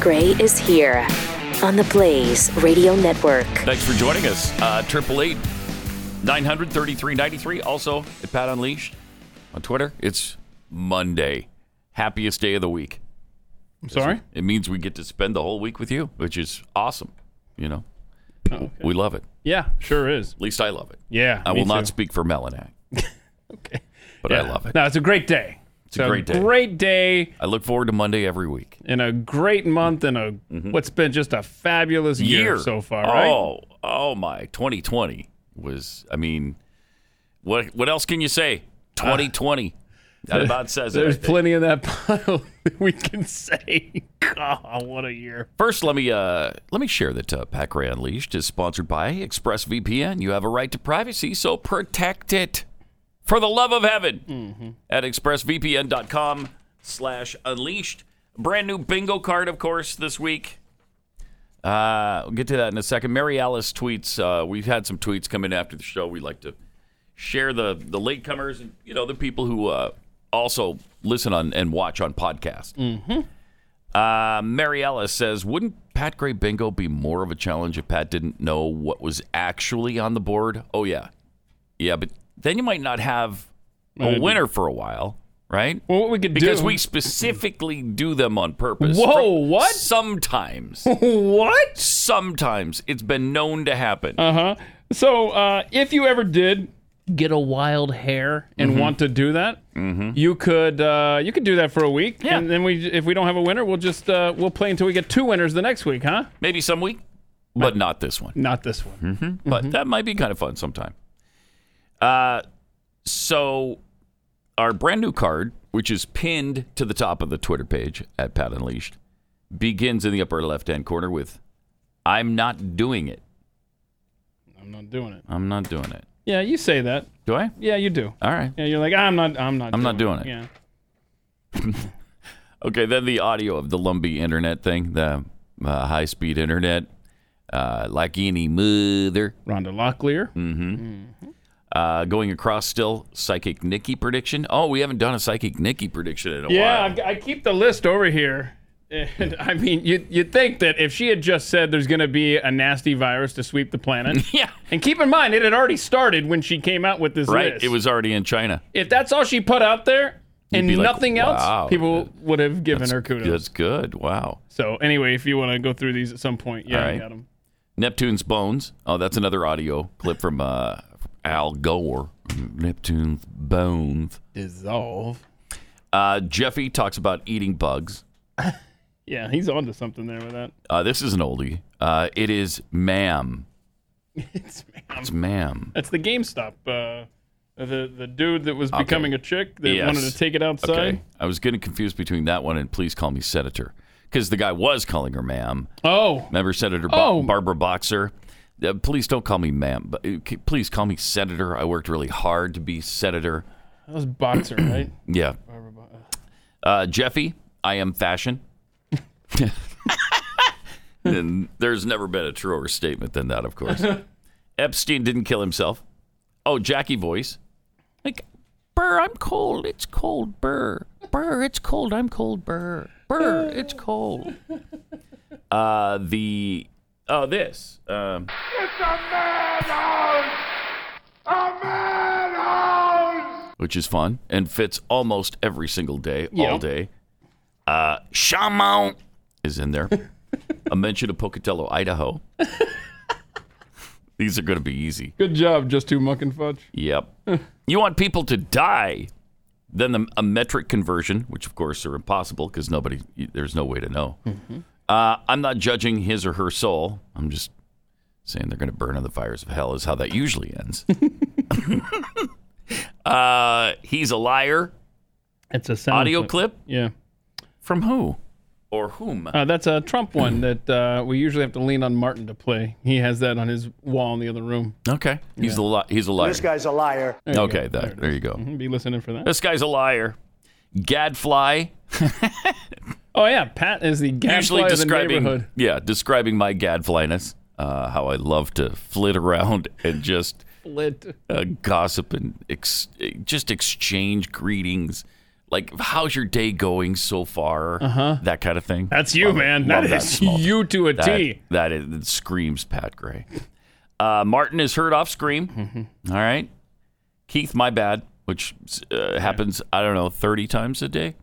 Gray is here on the Blaze Radio Network. Thanks for joining us. Uh, Triple eight nine hundred thirty three ninety three. Also at Pat Unleashed on Twitter. It's Monday, happiest day of the week. I'm sorry. It means we get to spend the whole week with you, which is awesome. You know, Oh, okay. we love it. Yeah, sure is. At least I love it. Yeah, I me will not too. speak for Melanac, Okay. but I Yeah. love it. No, it's a great day. It's a great day. Great day I look forward to Monday every week. and a great month and a what's been just a fabulous year, so far, right? Mm-hmm. Oh, oh my! 2020 was. I mean, what what else can you say? 2020. that about says it. I Uh, There's think. plenty of that pile that we can say. God, what a year. First, let me uh, let me share that uh, Pack Ray Unleashed is sponsored by ExpressVPN. You have a right to privacy, so protect it for the love of heaven at expressvpn.com/slash/unleashed. Brand new bingo card, of course, this week. Uh, we'll get to that in a second. Mary Alice tweets. Uh, we've had some tweets come in after the show. We like to share the the latecomers and you know the people who uh, also listen on and watch on podcast. Mm-hmm. Uh, Mary Ellis says, wouldn't Pat Gray Bingo be more of a challenge if Pat didn't know what was actually on the board? Oh, yeah. Yeah, but then you might not have a winner for a while, right? Well, what we could Because do. we specifically do them on purpose. Whoa, From- what? Sometimes. what? sometimes it's been known to happen. Uh huh. So, uh, if you ever did get a wild hair Mm-hmm. and want to do that, you could uh, you could do that for a week, Yeah. and then we if we don't have a winner, we'll just uh, we'll play until we get two winners the next week, huh? Maybe some week, but not this one. Not this one. but Mm-hmm. that might be kind of fun sometime. Uh, so our brand new card, which is pinned to the top of the Twitter page at Pat Unleashed, begins in the upper left-hand corner with "I'm not doing it. I'm not doing it. I'm not doing it." Yeah, you say that. Do I? Yeah, you do. All right. Yeah, you're like I'm not. I'm not. I'm not doing it. Yeah. Okay. Then the audio of the Lumbee internet thing, the uh, high-speed internet, uh, like any mother. Rhonda Locklear. Mm. Uh, going across still, psychic Nikki prediction. Oh, we haven't done a psychic Nikki prediction in a Yeah, while. I've- I keep the list over here. And I mean, you you'd think that if she had just said there's going to be a nasty virus to sweep the planet, Yeah. And keep in mind, it had already started when she came out with this Right. list. It was already in China. if that's all she put out there and be like, nothing "Wow, else, people would have given her kudos. That's good. Wow. So anyway, if you want to go through these at some point, yeah, All I right. got them. Neptune's Bones. Oh, that's another audio clip from uh, Al Gore. Neptune's Bones. Dissolve. Uh, Jeffy talks about eating bugs. Yeah, he's onto something there with that. Uh, this is an oldie. Uh, it is ma'am. It's, man, It's ma'am. that's the GameStop. Uh, the the dude that was Okay. becoming a chick that Yes. wanted to take it outside. Okay. I was getting confused between that one and please call me Senator because the guy was calling her ma'am. Oh, Remember Senator Ba- Oh. Barbara Boxer? Uh, please don't call me ma'am, but uh, c- please call me Senator. I worked really hard to be Senator. that was boxer, right? Yeah. Uh, Jeffy, I am fashion. and there's never been a truer statement than that, of course. Epstein didn't kill himself. Oh, Jackie voice. Like, Burr, I'm cold. It's cold, Burr. Burr, it's cold. I'm cold, Burr. Burr, it's cold. Uh, the, oh, this. Um, which is fun and fits almost every single day, all Yeah. day. Uh, Shaman is in there. A mention of Pocatello, Idaho. These are going to be easy. Good job, just two muck and fudge. Yep. you want people to die, then the, a metric conversion, which of course are impossible because nobody, there's no way to know. Uh, I'm not judging his or her soul. I'm just saying they're going to burn in the fires of hell, is how that usually ends. uh, he's a liar. It's a sound Audio clip Yeah. from who or whom? Uh, that's a Trump one that uh, we usually have to lean on Martin to play. He has that on his wall in the other room. Okay, he's a li- he's a liar. This guy's a liar. okay, that- there Mm-hmm. you go. Be listening for that. This guy's a liar. Gadfly, Oh yeah, Pat is the usually gadfly of the describing neighborhood. yeah, describing my gadflyness, uh, how I love to flit around and just Lit. uh, gossip and ex- just exchange greetings, like how's your day going so far? Uh-huh. That kind of thing. That's you, Love it. man. Oh, Love that is small talk. you to a T. That, that is, it screams Pat Gray. Uh, Martin is heard off scream. Mm-hmm. All right. Keith, my bad, which uh, happens, I don't know, 30 times a day.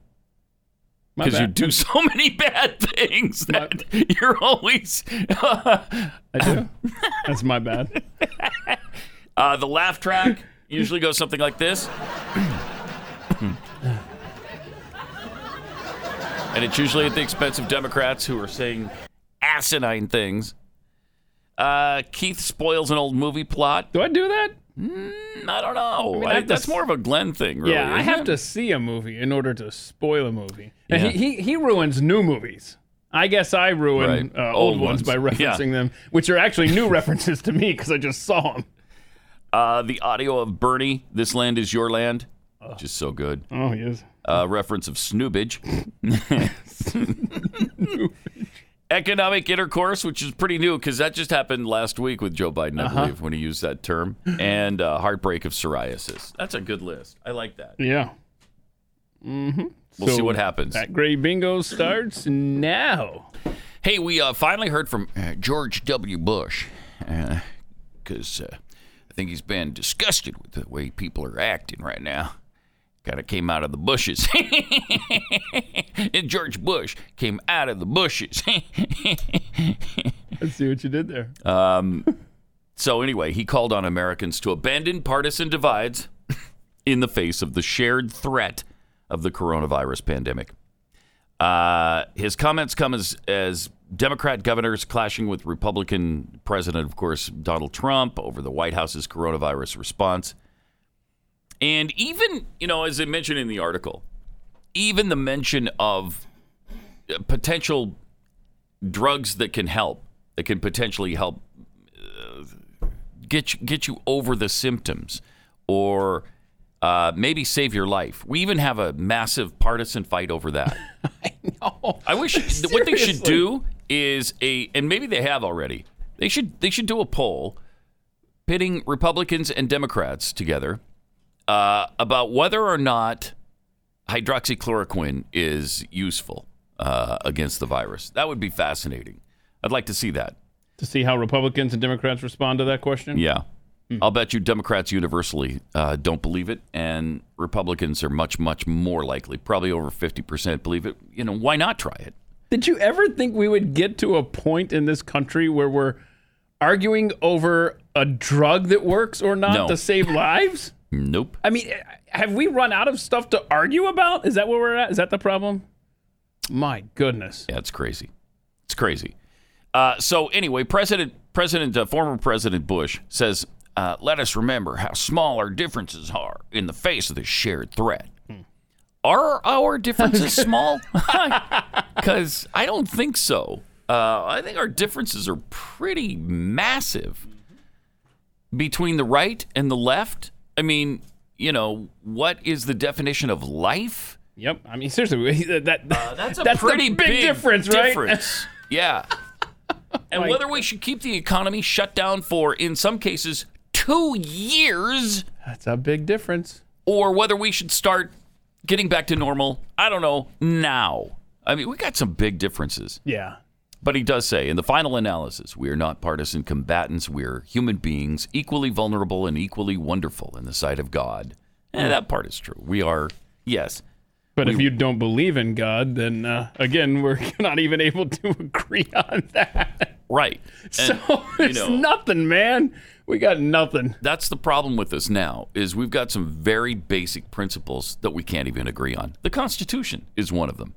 My Because you bad. do so many bad things that you're always. I do. That's my bad. Uh, the laugh track usually goes something like this. and it's usually at the expense of Democrats who are saying asinine things. Uh, Keith spoils an old movie plot. Do I do that? I don't know. mean, I I- have to that's s- more of a Glenn thing, really. yeah, I isn't have it? to see a movie in order to spoil a movie. And Yeah. he, he he ruins new movies. I guess I ruin Right. uh, old, Old ones. by ones. Yeah. referencing them, which are actually new references to me because I just saw them. Uh, the audio of Bernie, This Land Is Your Land, which is so good. Oh, he is. uh, reference of snoobage. Economic intercourse, which is pretty new because that just happened last week with Joe Biden, I believe, when he used that term, and uh, heartbreak of psoriasis. That's a good list. I like that. Yeah. We'll see So what happens. That gray bingo starts now. Hey, we uh, finally heard from uh, George W. Bush because uh, I think he's been disgusted with the way people are acting right now. Kind of came out of the bushes. and George Bush came out of the bushes. Let's see what you did there. Uh. So anyway, he called on Americans to abandon partisan divides in the face of the shared threat of the coronavirus pandemic. Uh, his comments come as as Democrat governors clashing with Republican President, of course, Donald Trump, over the White House's coronavirus response. And even, you know, as I mentioned in the article, even the mention of uh, potential drugs that can help, that can potentially help get you, get you over the symptoms or uh, maybe save your life. We even have a massive partisan fight over that. oh, I wish what they should Seriously. do is a and maybe they have already. They should they should do a poll pitting Republicans and Democrats together uh, about whether or not hydroxychloroquine is useful uh, against the virus. That would be fascinating. I'd like to see that. to see how Republicans and Democrats respond to that question. Yeah. I'll bet you Democrats universally uh, don't believe it, and Republicans are much, much more likely, probably over 50% believe it. You know, why not try it? Did you ever think we would get to a point in this country where we're arguing over a drug that works or not No. to save lives? Nope. I mean, have we run out of stuff to argue about? Is that where we're at? Is that the problem? My goodness. Yeah, it's crazy. It's crazy. Uh, so anyway, President, President, uh, former President Bush says, uh, "Let us remember how small our differences are in the face of this shared threat." Hmm. Are our differences small? Because I don't think so. Uh, I think our differences are pretty massive between the right and the left. I mean, you know, what is the definition of life? Yep. I mean, seriously, we- that, that- Uh, That's a that's the pretty big, difference, right? difference. yeah. And Like- whether we should keep the economy shut down for, in some cases, two years, That's a big difference. or whether we should start getting back to normal, I don't know, now. I mean, we got some big differences. Yeah. But he does say, in the final analysis, we are not partisan combatants. We are human beings, equally vulnerable and equally wonderful in the sight of God. And that part is true. We are, yes, But if you don't believe in God, then uh, again, we're not even able to agree on that. right. And, so you it's know- nothing, man. We got nothing. that's the problem with this now is we've got some very basic principles that we can't even agree on. The Constitution is one of them.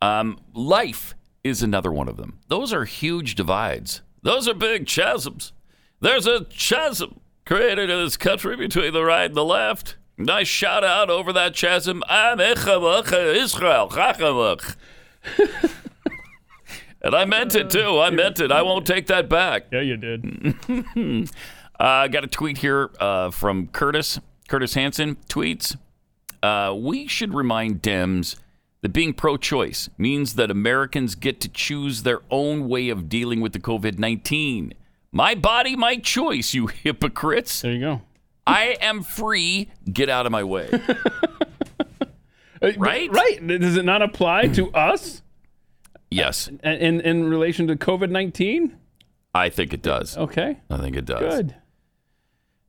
Um, life is another one of them. Those are huge divides. Those are big chasms. There's a chasm created in this country between the right and the left. And I shout out over that chasm, I'm Echavach Israel, Chachavach. and I meant it too. I meant it. I won't take that back. Yeah, you did. I got a tweet here uh, from Curtis. Curtis Hansen tweets uh, We should remind Dems that being pro choice means that Americans get to choose their own way of dealing with the COVID 19. My body, my choice, you hypocrites. There you go. I am free. Get out of my way. Uh, but- Right? Right. Does it not apply to us Yes, in, in, in relation to COVID 19? I think it does. Okay. I think it does. Good.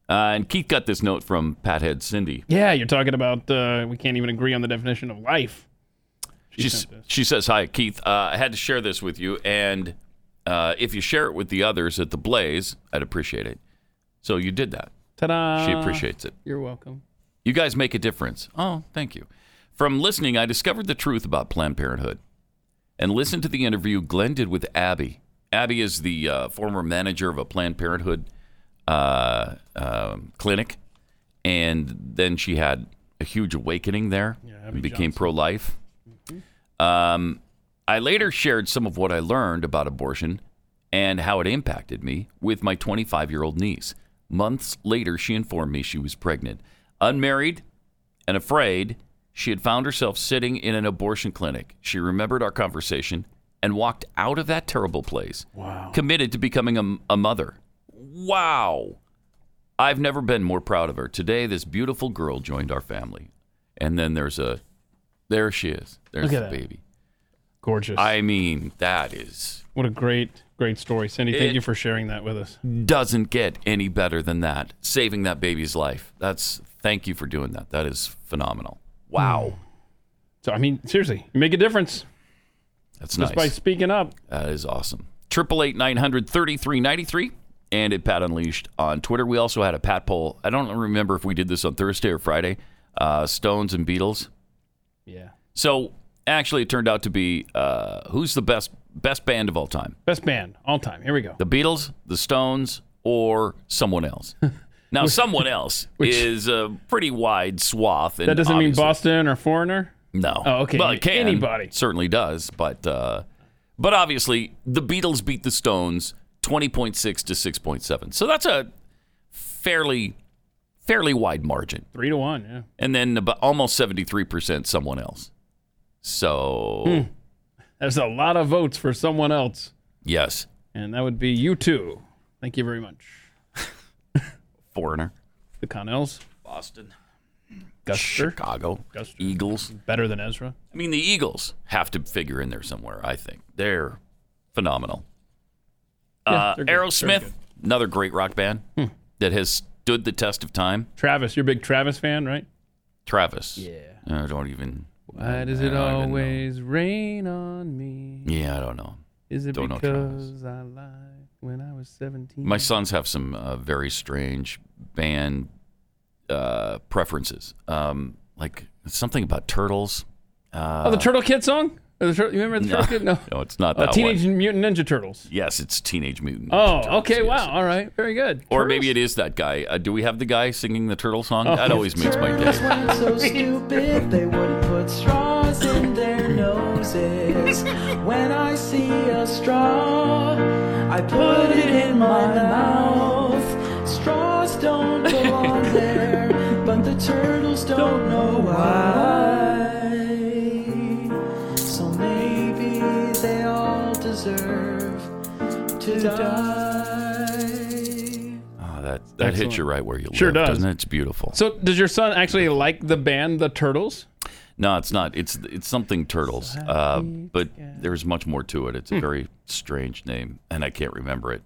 Uh, and Keith got this note from Pathead Cindy. Yeah, you're talking about uh, we can't even agree on the definition of life. She's, she says, Hi, Keith. Uh, I had to share this with you. And uh, if you share it with the others at the Blaze, I'd appreciate it. So you did that. Ta da. She appreciates it. You're welcome. You guys make a difference. Oh, thank you. From listening, I discovered the truth about Planned Parenthood and listened to the interview Glenn did with Abby. Abby is the uh, former manager of a Planned Parenthood uh, um, clinic. And then she had a huge awakening there and became pro life. Um, I later shared some of what I learned about abortion and how it impacted me with my 25 year old niece. Months later, she informed me she was pregnant. Unmarried and afraid, she had found herself sitting in an abortion clinic. She remembered our conversation and walked out of that terrible place, wow. committed to becoming a, a mother. Wow. I've never been more proud of her. Today, this beautiful girl joined our family. And then there's a, there she is. There's Look the at that. baby. Gorgeous. I mean, that is what a great, great story. Cindy, thank It- you for sharing that with us. doesn't get any better than that. Saving that baby's life. That's thank you for doing that. That is phenomenal. Wow. Hmm. So, I mean, seriously, you make a difference That's just by nice. speaking up. That is awesome. Triple eight nine hundred thirty three ninety three. And at Pat Unleashed on Twitter, we also had a Pat poll. I don't remember if we did this on Thursday or Friday. Uh, Stones and Beatles. Yeah. So actually, it turned out to be uh, who's the best best band of all time? Best band all time. Here we go. The Beatles, the Stones, or someone else? Now, someone else is a pretty wide swath. And That doesn't mean obviously- Boston or Foreigner. No. Oh, okay. Well, it can. Anybody. certainly does, but uh, but obviously the Beatles beat the Stones twenty point six to six point seven. So that's a fairly fairly wide margin, Three to one. Yeah. and then about almost seventy three percent someone else. So Hmm. There's a lot of votes for someone else, yes, and that would be you two. Thank you very much. foreigner, The Connells, Boston, Guster, Chicago, Guster. Eagles. better than Ezra. I mean, the Eagles have to figure in there somewhere. I think they're phenomenal. uh, they're good. They're Aerosmith, good. Hmm. another great rock band that has stood the test of time. Travis, you're a big Travis fan, right? Travis. Yeah. I don't even. Why does I it don't even know. always rain on me? Yeah, I don't know. Is it Don't know Travis. because I lied when I was 17? My sons have some uh, very strange band uh, preferences. Um, like something about turtles. oh, the Turtle Kid song? Or the Tur- you remember the Turtle Kid? No. uh, No, it's not Uh, that Teenage one. Mutant Ninja Turtles. Yes, it's Teenage Mutant. Oh, Ninja Turtles, okay. yes. Wow. All right. Very good. Or maybe it is that guy. Uh, do we have the guy singing the turtle song? Oh. That always makes my day. Turtles went so stupid they would put straws in their noses. When I see a straw, I put it in my mouth. Straws don't belong there, but the turtles don't know why. So maybe they all deserve to die. Oh, that that hits you right where you Sure live, does. doesn't it? It's beautiful. So, does your son actually like the band The Turtles? no, it's not. It's it's something turtles. Uh, but there's much more to it. It's Hmm. a very strange name, and I can't remember it.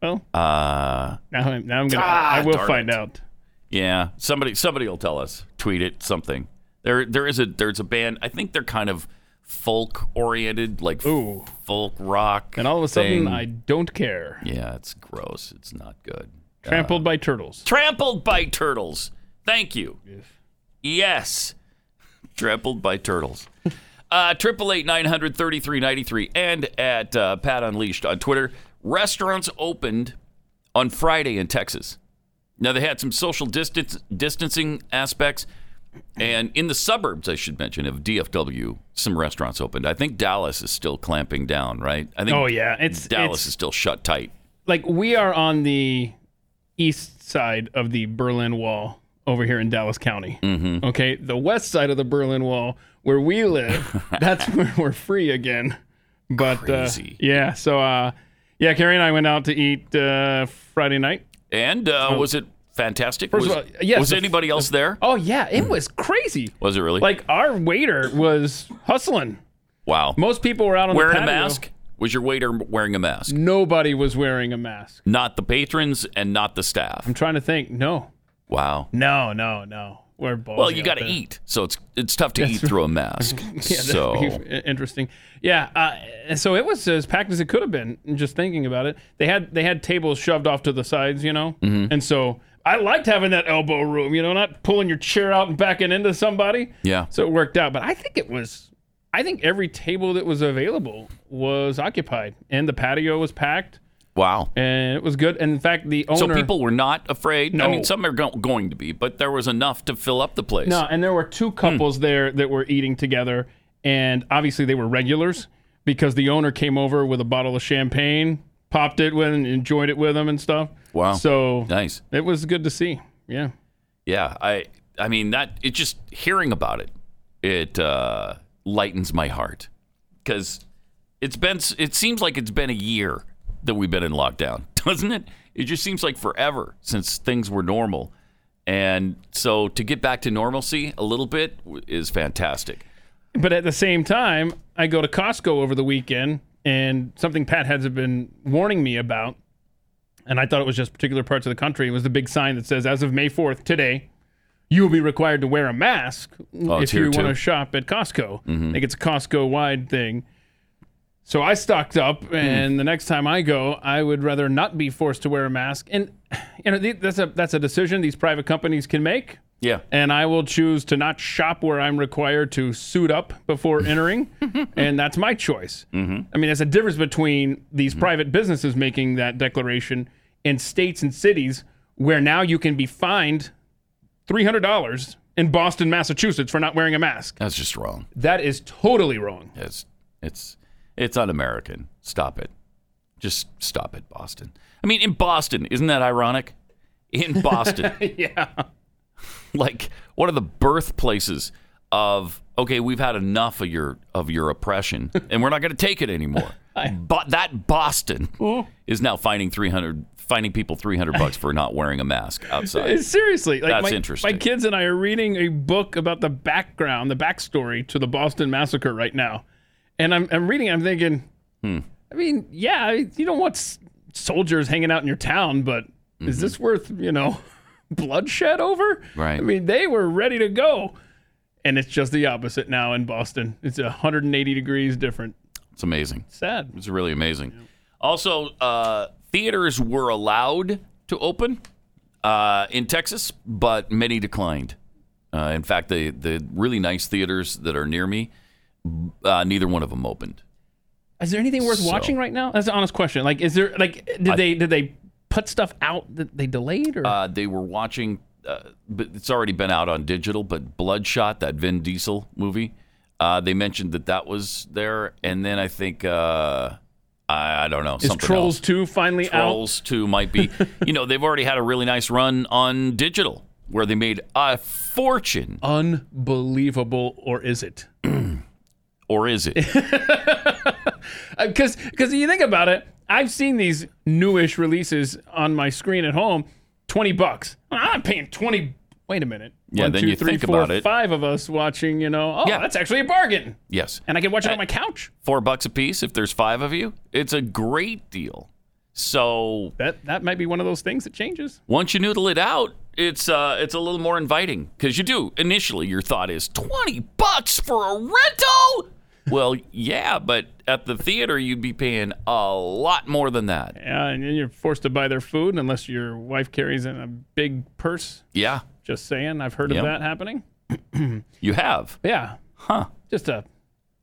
Well, Uh, now I'm, now I'm gonna. Ah, I will darn find it. out. yeah, somebody somebody will tell us. Tweet it. Something. There there is a there's a band. I think they're kind of folk oriented, like f- Ooh. folk rock. And all of a sudden, thing. I don't care. yeah, it's gross. It's not good. Trampled by turtles. Trampled by turtles. Thank you. Yes. Trampled by turtles. Uh, Triple eight nine hundred thirty three ninety three and at uh, Pat Unleashed on Twitter. Restaurants opened on Friday in Texas. Now they had some social distance distancing aspects, and in the suburbs, I should mention of DFW, some restaurants opened. I think Dallas is still clamping down, right? I think Oh yeah, it's Dallas It's, is still shut tight. like we are on the east side of the Berlin Wall over here in Dallas County. Mm-hmm. Okay, the west side of the Berlin Wall where we live, that's where we're free again. But Crazy. Uh, yeah, so uh, yeah, Carrie and I went out to eat uh, Friday night. And uh, was it fantastic? First was, of all, yes, was the- anybody else there? Oh yeah, it was crazy. Mm. Was it really? Like our waiter was hustling. wow. Most people were out on wearing the a patio. mask? Was your waiter wearing a mask? Nobody was wearing a mask. Not the patrons and not the staff. I'm trying to think. No, Wow. no, no, no. We're balls Well, you got got to eat, so it's it's tough to eat through a mask. Yeah, that'd so be i- interesting. Yeah, uh, and so it was as packed as it could have been. and Just thinking about it, they had they had tables shoved off to the sides, you know, Mm-hmm. and so I liked having that elbow room, you know, not pulling your chair out and backing into somebody. Yeah. so it worked out. But I think it was, I think every table that was available was occupied, and the patio was packed, wow. and it was good. And in fact, the So owner people were not afraid. I No. mean, some are go- going to be, but there was enough to fill up the place. No, and there were Hmm. two couples there that were eating together, and obviously they were regulars because the owner came over with a bottle of champagne, popped it with, and enjoyed it with them and stuff. Wow. So Nice. it was good to see. Yeah. Yeah. I I mean that it just hearing about it, it uh, lightens my heart because it's been s- it seems like it's been a year that we've been in lockdown, doesn't it? It just seems like forever since things were normal, and so to get back to normalcy a little bit w- is fantastic. But at the same time, I go to Costco over the weekend, and something Pat has been warning me about, and I thought it was just particular parts of the country, was the big sign that says, as of May 4th, today, you will be required to wear a mask it's if you here, too. want to shop at Costco. I think it's a Costco wide thing. So I stocked up, and the next time I go, I would rather not be forced to wear a mask. And you know, th- that's a that's a decision these private companies can make Yeah. and I will choose to not shop where I'm required to suit up before entering, and that's my choice. Mm-hmm. I mean, there's a difference between these private businesses making that declaration and states and cities where now you can be fined three hundred dollars in Boston, Massachusetts, for not wearing a mask. That's just wrong. That is totally wrong. It's it's it's un-American. Stop it. Just stop it, Boston. I mean, in Boston, isn't that ironic? In Boston, yeah, like one of the birthplaces of okay, we've had enough of your of your oppression, and we're not going to take it anymore. But that Boston is now finding three hundred, finding people three hundred bucks for not wearing a mask outside. Uh, seriously. Like That's my, interesting. My kids and I are reading a book about the background, the backstory to the Boston Massacre right now, and I'm I'm reading. I'm thinking, Hmm. I mean, yeah, I- you don't want s- soldiers hanging out in your town, but is this worth you know bloodshed over? Mm-hmm. Right. I mean, they were ready to go, and it's just the opposite now in Boston. It's 180 degrees different. It's amazing. Sad. It's really amazing. Also, uh, theaters were allowed to open uh, in Texas, but many declined. Uh, in fact, the the really nice theaters that are near me, uh, neither one of them opened. Is there anything worth So- watching right now? That's an honest question. Like, is there like did they did they put stuff out that they delayed or? Uh, they were watching, uh, but it's already been out on digital. But Bloodshot, that Vin Diesel movie, uh, they mentioned that that was there, and then I think uh, I, I don't know Is something Trolls else. 2 finally out? Trolls 2 might be. you know, they've already had a really nice run on digital where they made a fortune. Unbelievable, or is it? Or is it? Because because Uh, you think about it, I've seen these newish releases on my screen at home, twenty bucks. I'm paying twenty. Wait a minute. Yeah, One, then two, you three, think four, about it. Five of us watching. You know, oh, Yeah. Uh, that's actually a bargain, yes. and I can watch it on my couch. Four bucks a piece if there's five of you. It's a great deal. So That that might be one of those things that changes. once you noodle it out, it's uh, it's a little more inviting because you do initially your thought is twenty bucks for a rental. Well, yeah, but at the theater you'd be paying a lot more than that. Yeah, and then you're forced to buy their food unless your wife carries in a big purse. Yeah, Just saying, I've heard Yep. of that happening. you have. Yeah. Huh. Just a,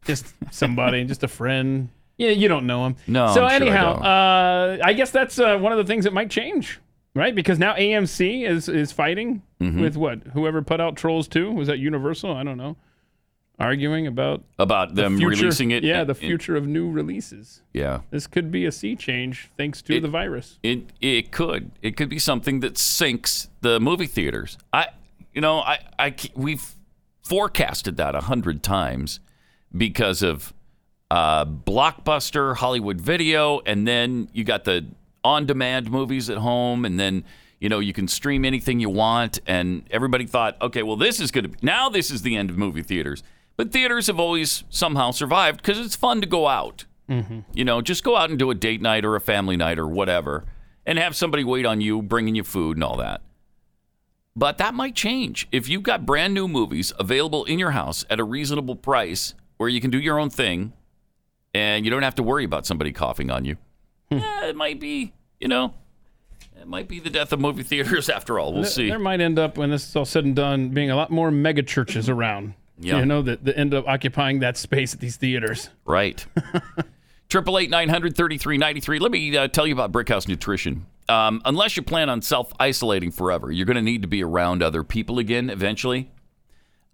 just somebody, just a friend. Yeah, you don't know him. No, So I'm sure I anyhow, don't. uh, I guess that's uh, one of the things that might change, right? Because now AMC is is fighting Mm-hmm. with what? Whoever put out Trolls Two was that Universal? I don't know. Arguing about About them future- releasing it. Yeah, the in- in- future of new releases. Yeah. This could be a sea change thanks to the virus. It it could it could be something that sinks the movie theaters. I you know I I c- we've forecasted that a hundred times because of uh, blockbuster Hollywood video, and then you got the on-demand movies at home, and then You know, you can stream anything you want, and everybody thought, okay, well, this is going to be now. This is the end of movie theaters, but theaters have always somehow survived because it's fun to go out. You know, just go out and do a date night or a family night or whatever, and have somebody wait on you, bringing you food and all that. But that might change. If you've got brand new movies available in your house at a reasonable price where you can do your own thing and you don't have to worry about somebody coughing on you, Hmm. eh, it might be, you know, it might be the death of movie theaters after all. We'll There- see. There might end up, when this is all said and done, being a lot more mega churches around. Yeah. You know, that, that end up occupying that space at these theaters. Right. Triple eight nine hundred thirty three ninety three. Let me uh, tell you about Brickhouse Nutrition. Um, unless you plan on self isolating forever, you're going to need to be around other people again eventually.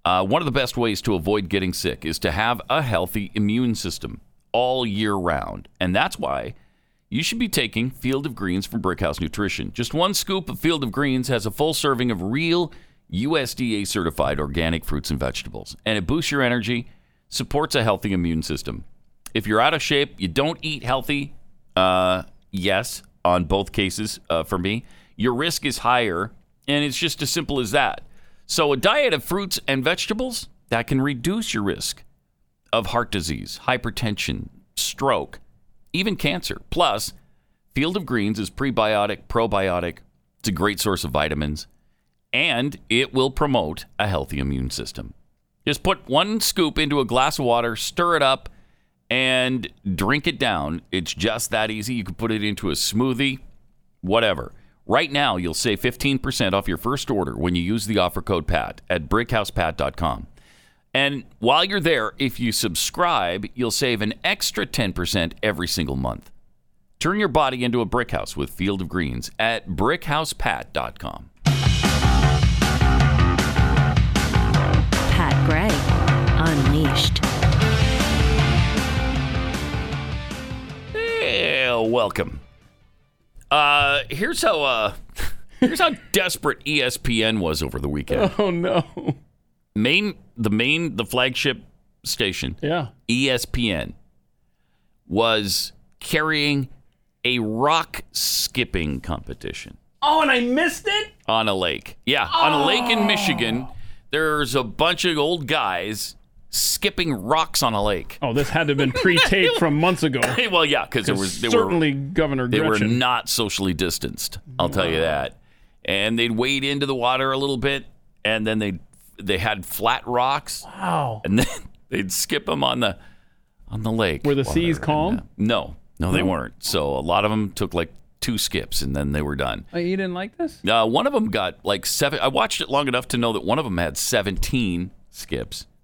Uh, one of the best ways to avoid getting sick is to have a healthy immune system all year round, and that's why you should be taking Field of Greens from Brickhouse Nutrition. Just one scoop of Field of Greens has a full serving of real USDA certified organic fruits and vegetables, and it boosts your energy, supports a healthy immune system. If you're out of shape, you don't eat healthy, uh, yes, on both cases uh, for me, your risk is higher, and it's just as simple as that. So, a diet of fruits and vegetables that can reduce your risk of heart disease, hypertension, stroke, even cancer. Plus, Field of Greens is prebiotic, probiotic. It's a great source of vitamins, and it will promote a healthy immune system. Just put one scoop into a glass of water, stir it up, and drink it down. It's just that easy. You can put it into a smoothie, whatever. Right now, you'll save 15% off your first order when you use the offer code PAT at brickhousepat.com. And while you're there, if you subscribe, you'll save an extra 10% every single month. Turn your body into a brick house with Field of Greens at brickhousepat.com. Pat Gray, Unleashed. Yeah, welcome. Uh, here's how uh, here's how desperate E ESPN was over the weekend. Oh, no. Main the main the flagship station E Yeah. ESPN was carrying a rock skipping competition. Oh, and I missed it? on a lake. Yeah, on a lake in Michigan, there's a bunch of old guys skipping rocks on a lake. Oh, this had to have been pre taped from months ago. Hey, well, yeah, because there was they were Certainly, Governor they were Gretchen. not socially distanced. I'll tell you that. And they'd wade into the water a little bit, and then they they had flat rocks, wow. and then they'd skip them on the on the lake. Were the while seas they were in calm? that. No, no, they weren't. So a lot of them took like two skips, and then they were done. Wait, you didn't like this? Uh, one of them got like seven. I watched it long enough to know that one of them had 17 skips.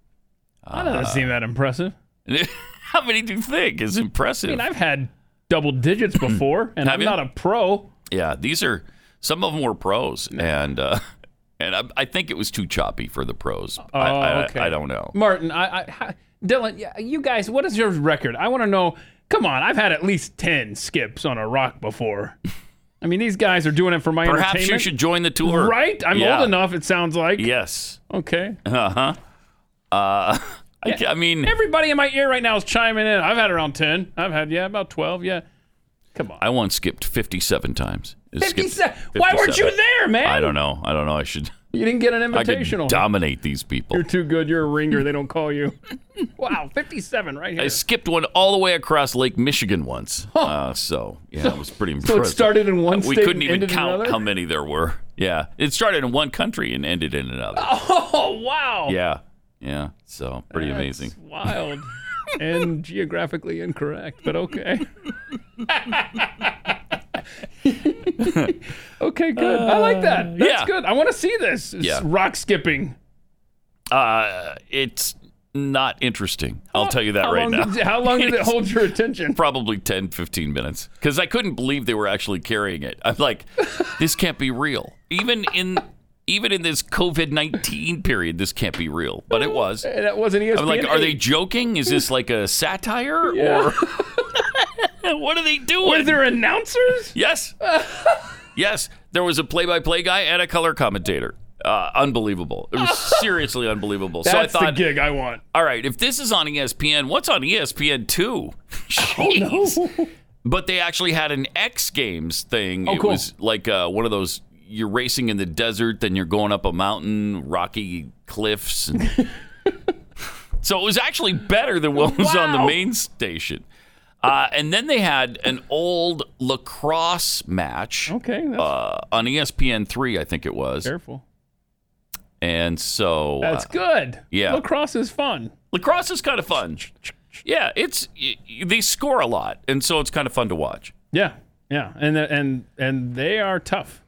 That Uh, doesn't seem that impressive. How many do you think is impressive? I mean, I've had double digits before, and Have I'm you? not a pro. yeah, these are some of them were pros, and uh, and I, I think it was too choppy for the pros. Oh, I, I, okay. I don't know. Martin, I, I, ha- Dylan, y- you guys, what is your record? I want to know. Come on, I've had at least ten skips on a rock before. I mean, these guys are doing it for my Perhaps you entertainment, should join the tour. right? I'm Yeah. old enough. It sounds like. Yes. Okay. Uh-huh. Uh I ca- I mean, Everybody in my ear right now is chiming in. I've had around ten. I've had yeah, about twelve. Yeah. Come on. I once skipped 57 times. It skipped 57. Why weren't you 57. there, man? I don't know. I don't know. I should. You didn't get an I could invitational. dominate these people. You're too good. You're a ringer. They don't call you. wow, 57 right I here. skipped one all the way across Lake Michigan once. Uh, so yeah, it was pretty So impressive. it started in one we state couldn't and even ended in count another? how many there were. Yeah, it started in one country and ended in another. Oh wow. Yeah, yeah. So pretty amazing. That's wild. and geographically incorrect, but okay. okay, good. I like that. That's yeah. good. I want to see this. It's Yeah. rock skipping. Uh, it's not interesting. I'll tell you that how right long now. Did, how long did it hold your attention? Probably 10, 15 minutes because I couldn't believe they were actually carrying it. I'm like, this can't be real. Even in even in this COVID nineteen period, this can't be real. But it was. And that wasn't E ESPN. I'm like, are they eight. joking? Is this like a satire Yeah. or what are they doing? Were there announcers? yes, yes. There was a play-by-play guy and a color commentator. Uh, unbelievable. It was seriously unbelievable. so I That's thought, the gig I want. all right, if this is on E ESPN, what's on ESPN two? Oh, No. But they actually had an X Games thing. Oh, it cool. was like uh, one of those you're racing in the desert, then you're going up a mountain, rocky cliffs. and- so it was actually better than what was on the main station. Uh, and then they had an old lacrosse match Okay, that's uh, on ESPN three, I think it was. careful. And so uh, That's good. yeah. Lacrosse is fun. lacrosse is kind of fun. Yeah, it's y- y- they score a lot, and so it's kind of fun to watch. Yeah. Yeah. And the- and and they are tough.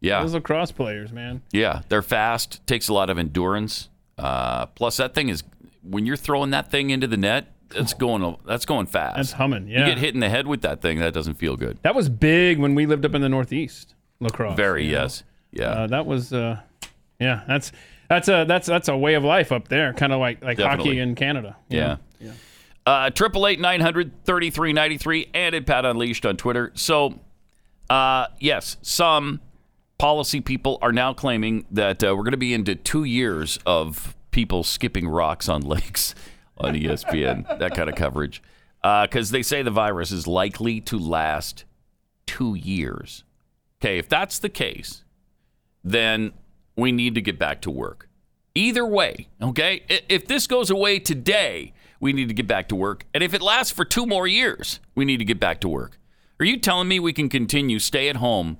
Yeah, Those lacrosse players, man. Yeah, they're fast. Takes a lot of endurance. Uh, plus, that thing is when you're throwing that thing into the net, that's going that's going fast. That's humming. Yeah. You get hit in the head with that thing, that doesn't feel good. That was big when we lived up in the Northeast. Lacrosse. Very you know? yes, yeah, Uh, that was. Uh, yeah. That's that's a that's that's a way of life up there. Kind of like like Definitely. hockey in Canada. you yeah. know? Uh, triple eight nine hundred thirty three ninety three and at Pat Unleashed on Twitter. So, uh, yes, some policy people are now claiming that uh, we're going to be into two years of people skipping rocks on lakes on E ESPN, that kind of coverage, because they say the virus is likely to last two years. Okay, if that's the case, then we need to get back to work. Either way, okay? I- If this goes away today, we need to get back to work. And if it lasts for two more years, we need to get back to work. Are you telling me we can continue stay at home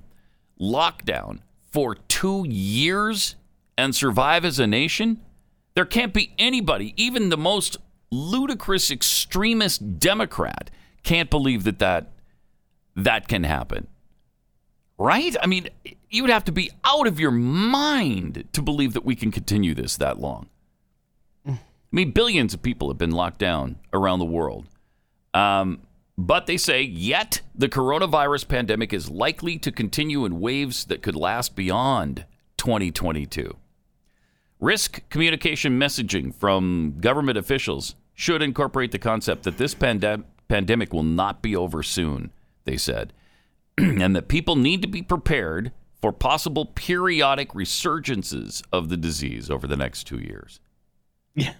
lockdown for two years and survive as a nation? There can't be anybody, even the most ludicrous extremist Democrat, can't believe that that, that can happen. Right? I mean, you would have to be out of your mind to believe that we can continue this that long. I mean, billions of people have been locked down around the world. Um, but they say, yet the coronavirus pandemic is likely to continue in waves that could last beyond 2022. Risk communication messaging from government officials should incorporate the concept that this pandem- pandemic will not be over soon, they said and that people need to be prepared for possible periodic resurgences of the disease over the next two years. Yeah.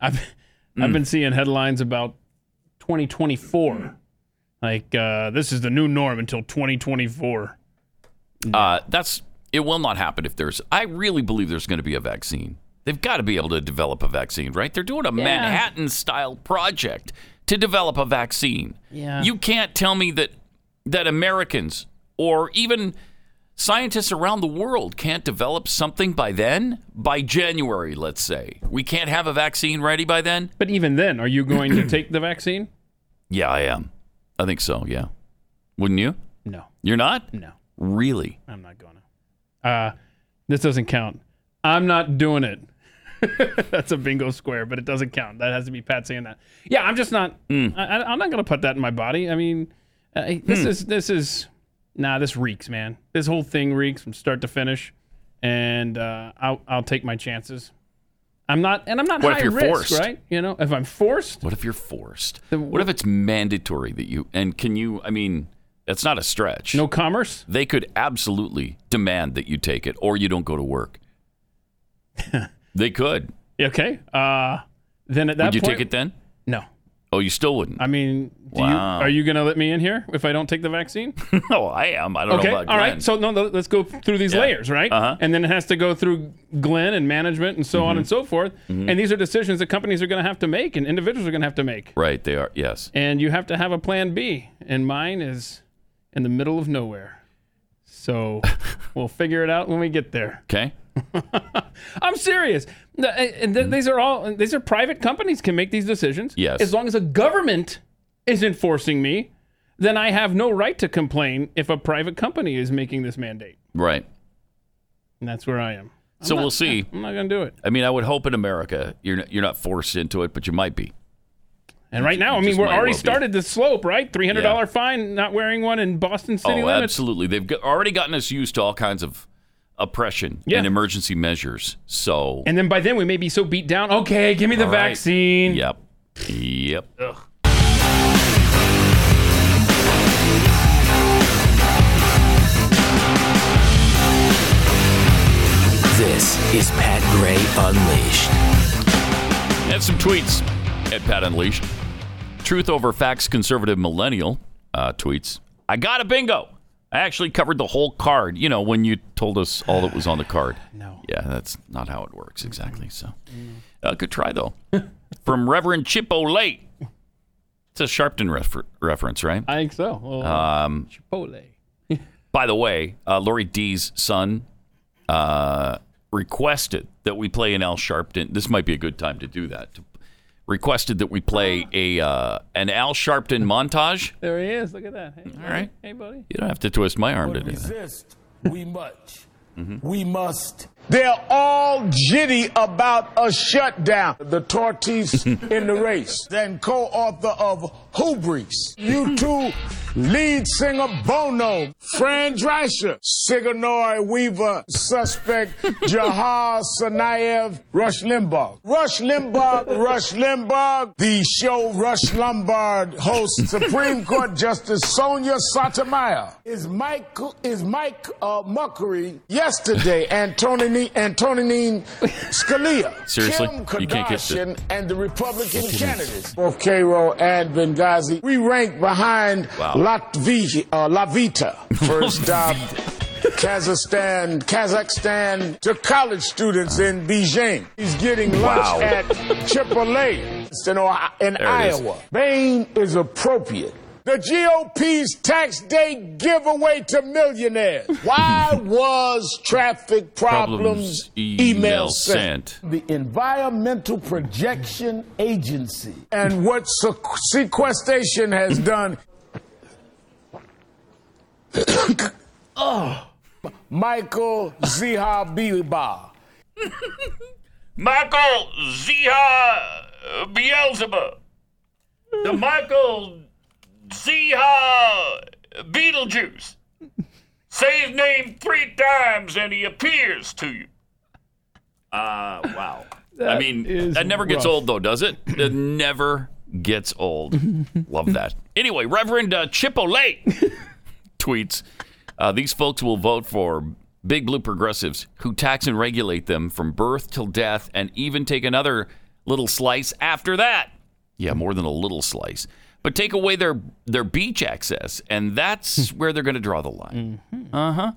I've I've been seeing headlines about 2024. Like uh, this is the new norm until 2024. Uh, that's it. Will not happen if there's. I really believe there's going to be a vaccine. They've got to be able to develop a vaccine, right? They're doing a Manhattan-style project to develop a vaccine. Yeah. You can't tell me that that Americans or even scientists around the world can't develop something by then, by January, let's say. We can't have a vaccine ready by then. But even then, are you going to take the vaccine? Yeah, I am. I think so. Yeah. Wouldn't you? No. You're not? No. Really? I'm not gonna. Uh, this doesn't count. I'm not doing it. That's a bingo square, but it doesn't count. That has to be Pat saying that. Yeah, I'm just not. Hmm. I, I- I'm not gonna put that in my body. I mean, uh, this is this is nah. This reeks, man. This whole thing reeks from start to finish, and uh, I'll I'll take my chances. I'm not, and I'm not What if high you're risk, forced? right? You know, if I'm forced, What if you're forced? Then What if it's mandatory that you and can you I mean, that's not a stretch. no commerce. They could absolutely demand that you take it or you don't go to work. they could. Okay. Uh, then at that Would you point, take it then? No. Oh, you still wouldn't. I mean, do you, Wow. are you going to let me in here if I don't take the vaccine? no, I am. I don't okay. know about All right. Glenn. So no, th- let's go through these Yeah. layers, right? Uh-huh. Mm-hmm. And then it has to go through Glenn and management and so on and so forth. And these are decisions that companies are going to have to make and individuals are going to have to make. Right, they are. Yes. And you have to have a plan B. And mine is in the middle of nowhere. So we'll figure it out when we get there. Okay. I'm serious. The- And th- these are all these are private companies can make these decisions. Mm-hmm. Yes. As long as a government is enforcing me, then I have no right to complain if a private company is making this mandate. Right. And that's where I am. So we'll see. I'm not gonna do it. I mean, I would hope in America you're not, you're not forced into it, but you might be. And right now, I mean, just we're might already well be. started the slope, right? Three hundred dollar Yeah. fine, not wearing one in Boston city oh, limits. absolutely. They've got, already gotten us used to all kinds of oppression Yeah. and emergency measures. So, And then by then we may be so beat down. Okay, give me the All right. vaccine. yep. Yep. This is Pat Gray Unleashed. And some tweets at Pat Unleashed. Truth over facts conservative millennial uh, tweets I got a bingo. I actually covered the whole card. You know, when you told us all that was on the card. No. Mm. Yeah, that's not how it works exactly. So, uh, good try though. From Reverend Chip Olay. It's a Sharpton refer- reference, right? I think so. um, Chipotle. By the way, uh, Lori D's son uh, requested that we play an Al Sharpton. This might be a good time to do that. Requested that we play a uh, an Al Sharpton montage. There he is. Look at that. Hey, All right. hey buddy. You don't have to twist my arm to do that. Resist. We must. We must. They're all jitty about a shutdown. The tortoise in the race. Then co-author of Hubris. You two lead singer Bono. Fran Drescher. Sigourney Weaver. Suspect Jahar Sanayev. Rush Limbaugh. Rush Limbaugh. Rush Limbaugh. The show Rush Lombard hosts Supreme Court Justice Sonia Sotomayor. Is Mike is Mike uh, Muckery yesterday Antonini Antonine Scalia. Seriously? Kim You can't get the- Kardashian and the Republican candidates of Cairo and Benghazi. We rank behind Wow. Latvi, uh, Lavita. First stop. Kazakhstan, Kazakhstan to college students in Beijing. He's getting lunch Wow. at Chipotle It's in, Ohio- in There it is. Iowa. Bain is appropriate. The GOP's tax day giveaway to millionaires. Why was traffic problems, Problems email sent? the Environmental Projection Agency. And what sequ- sequestration has done. Oh, Michael Zihabiba. Michael Ziha Beelzebub. The Michael Ziha Beetlejuice. Say his name three times and he appears to you. Uh, wow. I mean, is that never gets rough. old, though, does it? It never gets old. Love that. Anyway, Reverend uh, Chipolate tweets uh, These folks will vote for big blue progressives who tax and regulate them from birth till death and even take another little slice after that. Yeah, more than a little slice. But take away their, their beach access, and that's Hmm. where they're going to draw the line. Mm-hmm. Uh-huh.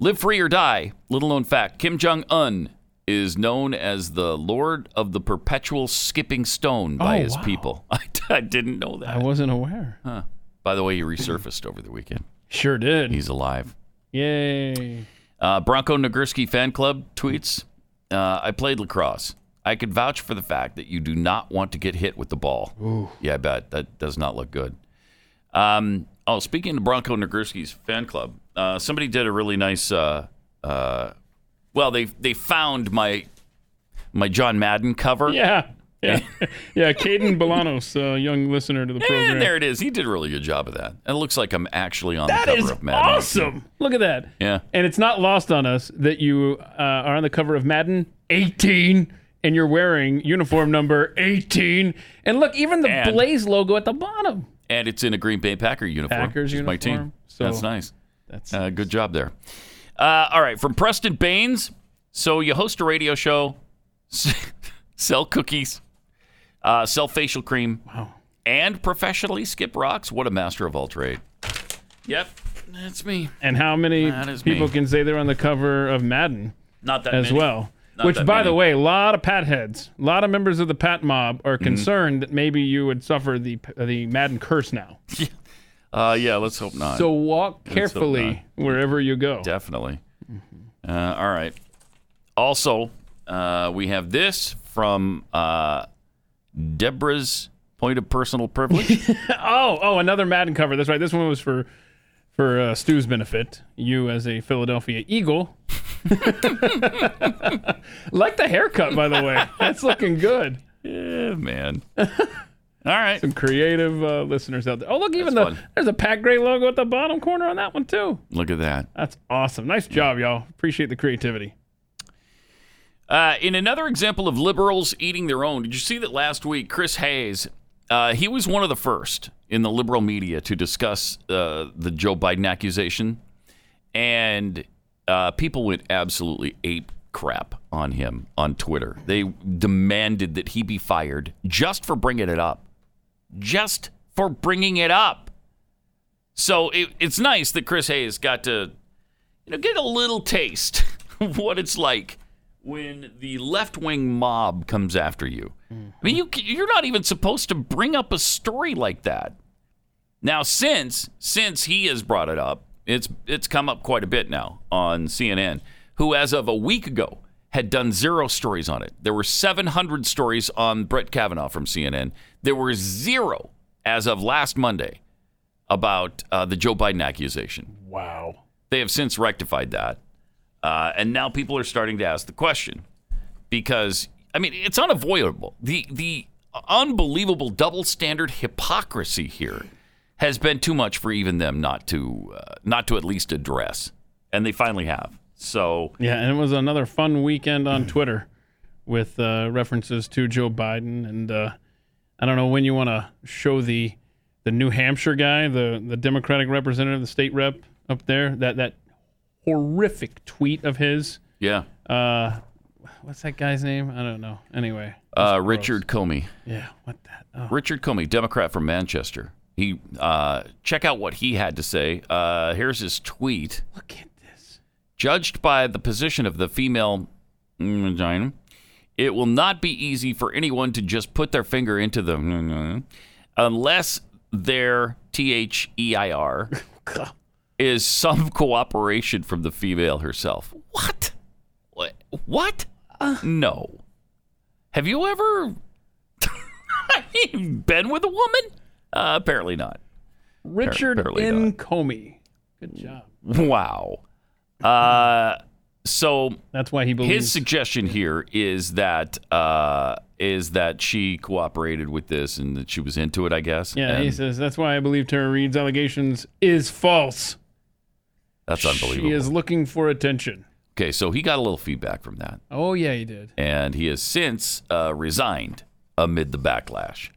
Live free or die. Little known fact Kim Jong un is known as the Lord of the Perpetual Skipping Stone by Oh, his wow. people. I, I didn't know I that. wasn't aware. by the way, he resurfaced over the weekend. Sure did. He's alive. Yay. Uh, Bronco Nagurski fan club tweets uh, I played lacrosse. I could vouch for the fact that you do not want to get hit with the ball. Yeah, I bet. That does not look good. Um, oh, speaking of Bronco Nagurski's fan club, uh, somebody did a really nice. Uh, uh, well, they they found my my John Madden cover. Yeah. Yeah. yeah. Caden Bolanos, uh, young listener to the program. And Eh, there it is. He did a really good job of that. And it looks like I'm actually on That the cover is of Madden. awesome. Look at that. Yeah. And it's not lost on us that you uh, are on the cover of Madden 18 and you're wearing uniform number 18. And look, even the And- Blaze logo at the bottom. And it's in a Green Bay Packer uniform. Packers which is my uniform. team. So- That's nice. That's Uh, good job there. Uh, all right, from Preston Baines. So you host a radio show, sell cookies, uh, sell facial cream, wow. and professionally skip rocks. What a master of all trade. Yep, that's me. and how many That is people me. can say they're on the cover of Madden Not that as many. well? Not Which, that by many. the way, a lot of pat heads, a lot of members of the pat mob are Mm-hmm. concerned that maybe you would suffer the the Madden curse now. Uh, yeah, let's hope not. So walk hope carefully wherever you go. Definitely. Uh, all right. Also, uh, we have this from uh, Deborah's point of personal privilege. Oh, oh, another Madden cover. That's right. This one was for for uh, Stu's benefit. You as a Philadelphia Eagle. like the haircut, by the way. That's looking good. yeah, man. All right. Some creative uh, listeners out there. Oh, look, even That's the fun. there's a Pat Gray logo at the bottom corner on that one too. Look at that. That's awesome. Nice job, y'all. Appreciate the creativity. Uh, in another example of liberals eating their own, did you see that last week? Chris Hayes, uh, he was one of the first in the liberal media to discuss uh, the Joe Biden accusation, and uh, people went absolutely ape crap on him on Twitter. They demanded that he be fired just for bringing it up, just for bringing it up. So it, it's nice that Chris Hayes got to, you know, get a little taste of what it's like when the left wing mob comes after you. I mean, you c- you're not even supposed to bring up a story like that. Now, since since he has brought it up, it's it's come up quite a bit now on CNN, who as of a week ago had done zero stories on it. There were 700 stories on Brett Kavanaugh from CNN. There were zero as of last Monday about uh, the Joe Biden accusation. Wow. They have since rectified that, uh, and now people are starting to ask the question because I mean it's unavoidable. The the unbelievable double standard hypocrisy here has been too much for even them not to uh, not to at least address, and they finally have. So Yeah, and it was another fun weekend on Twitter with uh, references to Joe Biden and uh, I don't know when you want to show the the New Hampshire guy, the the Democratic representative, the state rep up there, that that horrific tweet of his. yeah, Uh, what's that guy's name? I don't know. Anyway, uh, Richard Comey. yeah, what that? Oh, Richard Comey, Democrat from Manchester. He uh, check out what he had to say. Uh, here's his tweet. look at this. Judged by the position of the female vagina, it will not be easy for anyone to just put their finger into the unless their T H E I R is some cooperation from the female herself. What? What? What? no. Have you ever been with a woman? Uh, apparently not. Richard barely N. not. Comey. Good job. Wow. Uh, so That's why he believes. His suggestion here is that uh, is that she cooperated with this and that she was into it, I guess. yeah, he And says that's why I believe Tara Reid's allegations is false. that's unbelievable. She is looking for attention. Okay, so he got a little feedback from that, Oh yeah, he did. and he has since uh, resigned amid the backlash.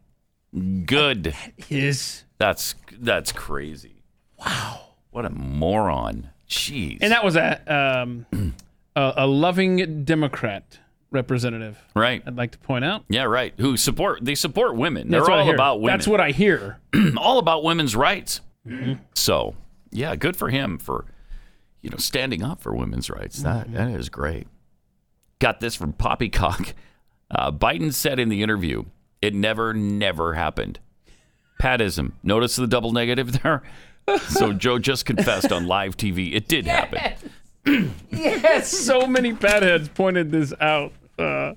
Good. His That's that's crazy. Wow. What a moron. Jeez. and that was a um a, a loving Democrat representative. right. I'd like to point out. Yeah, right. Who support? They support women. That's They're what I all hear. about women. That's what I hear. all about women's rights. Mm-hmm. So, yeah, good for him for you know standing up for women's rights. Mm-hmm. That, that is great. Got this from Poppycock. Uh, Biden said in the interview, "It never, never happened." Patism. Notice the double negative there. So Joe just confessed on live TV it did happen. so many fatheads pointed this out. Uh,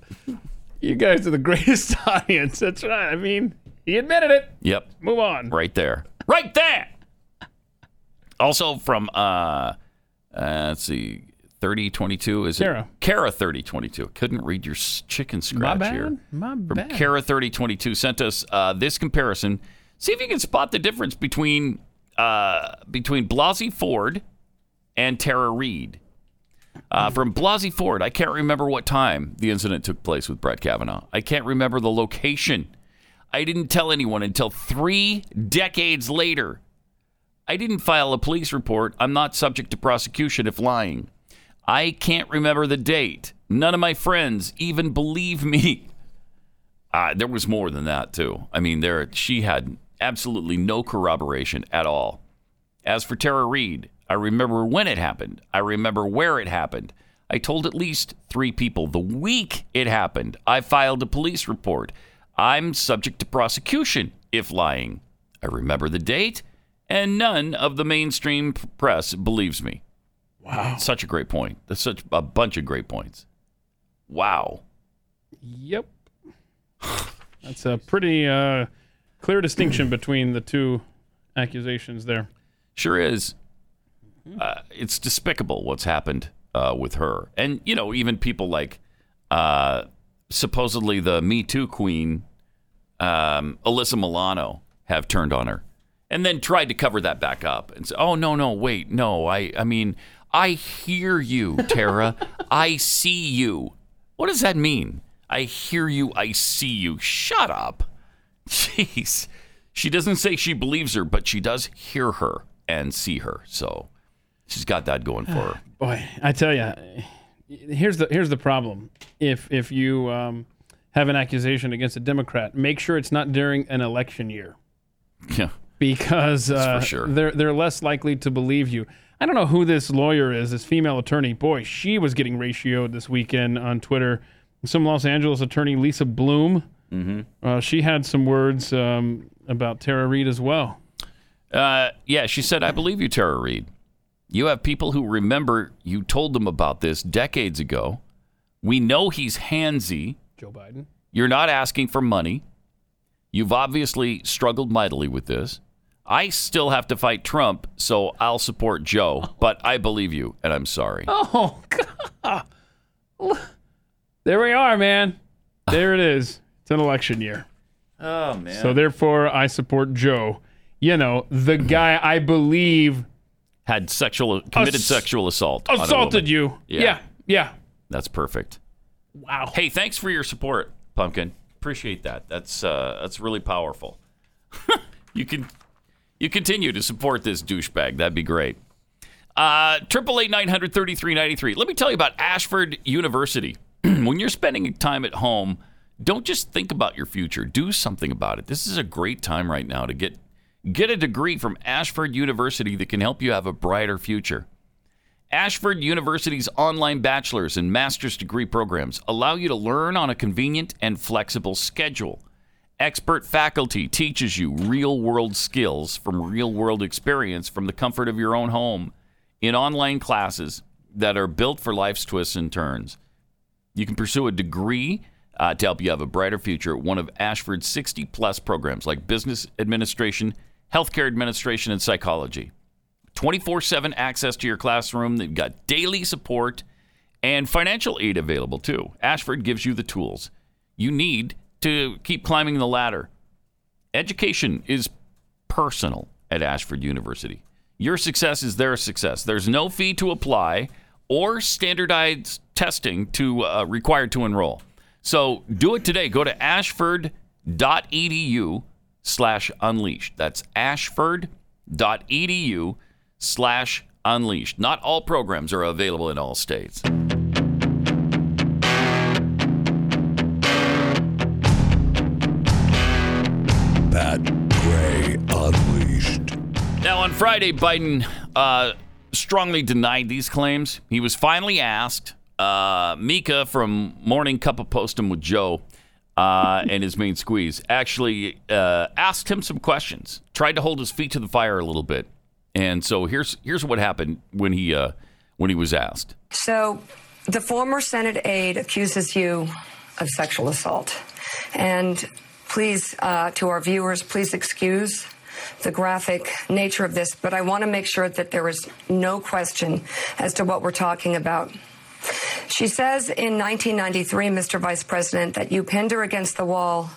you guys are the greatest audience. That's right. I mean, he admitted it. Yep, Move on. right there, right there. Also from uh, uh let's see, thirty twenty two is it? Kara. Kara thirty twenty two. Couldn't read your s- chicken My scratch bad. here. My bad. Kara thirty twenty two sent us uh, this comparison. See if you can spot the difference between uh, between Blasey Ford and Tara Reid. Uh, from Blasey Ford, I can't remember what time the incident took place with Brett Kavanaugh. I can't remember the location. I didn't tell anyone until three decades later. I didn't file a police report. I'm not subject to prosecution if lying. I can't remember the date. None of my friends even believe me. Uh, there was more than that too. I mean, there she had absolutely no corroboration at all. As for Tara Reid, I remember when it happened. I remember where it happened. I told at least three people the week it happened. I filed a police report. I'm subject to prosecution if lying. I remember the date, and none of the mainstream p- press believes me. Wow. Such a great point. That's such a bunch of great points. Wow. Yep. That's a pretty uh, clear distinction between the two accusations there. Sure is. Uh, it's despicable what's happened uh, with her. And, you know, even people like uh, supposedly the Me Too queen, um, Alyssa Milano, have turned on her and then tried to cover that back up and say, oh, no, no, wait, no. I, I mean, I hear you, Tara. I see you. What does that mean? I hear you. I see you. Shut up. Jeez. She doesn't say she believes her, but she does hear her and see her. So she's got that going for her. Boy, I tell you, here's the here's the problem. If if you um, have an accusation against a Democrat, make sure it's not during an election year. Yeah. because uh, sure. they're they're less likely to believe you. I don't know who this lawyer is, this female attorney. Boy, she was getting ratioed this weekend on Twitter. Some Los Angeles attorney, Lisa Bloom, uh, she had some words um, about Tara Reid as well. Uh, yeah, she said, I believe you, Tara Reid. You have people who remember you told them about this decades ago. We know he's handsy. Joe Biden. You're not asking for money. You've obviously struggled mightily with this. I still have to fight Trump, so I'll support Joe, but I believe you, and I'm sorry. Oh God! There we are, man. Ah. There it is. It's an election year. Oh, man. So therefore, I support Joe. You know, the Mm-hmm. guy I believe Had sexual, committed Ass- sexual assault. on a assaulted woman. you. Yeah. yeah, yeah. That's perfect. Wow. Hey, thanks for your support, Pumpkin. Appreciate that. That's uh, that's really powerful. you can you continue to support this douchebag. That'd be great. Uh, Triple eight nine hundred thirty three ninety three. Let me tell you about Ashford University. when you're spending time at home, don't just think about your future. Do something about it. This is a great time right now to get get a degree from Ashford University that can help you have a brighter future. Ashford University's online bachelor's and master's degree programs allow you to learn on a convenient and flexible schedule. Expert faculty teaches you real world skills from real world experience from the comfort of your own home in online classes that are built for life's twists and turns. You can pursue a degree uh, to help you have a brighter future at one of Ashford's 60 plus programs like business administration, healthcare administration, and psychology. 24 7 access to your classroom. They've got daily support and financial aid available too. Ashford gives you the tools you need to keep climbing the ladder. Education is personal at Ashford University. Your success is their success. There's no fee to apply or standardized testing to uh, required to enroll. So do it today. Go to ashford.edu slash unleashed. That's ashford.edu slash unleashed. Not all programs are available in all states. Pat Gray Unleashed. Now, on Friday, Biden uh, strongly denied these claims. He was finally asked. Uh, Mika from Morning Cup of Postum with Joe uh, and his main squeeze actually uh, asked him some questions, tried to hold his feet to the fire a little bit. And so here's here's what happened when he uh, when he was asked. So, the former Senate aide accuses you of sexual assault. And please, uh, to our viewers, please excuse the graphic nature of this, but I want to make sure that there is no question as to what we're talking about. She says in 1993, Mr. Vice President, that you pinned her against the wall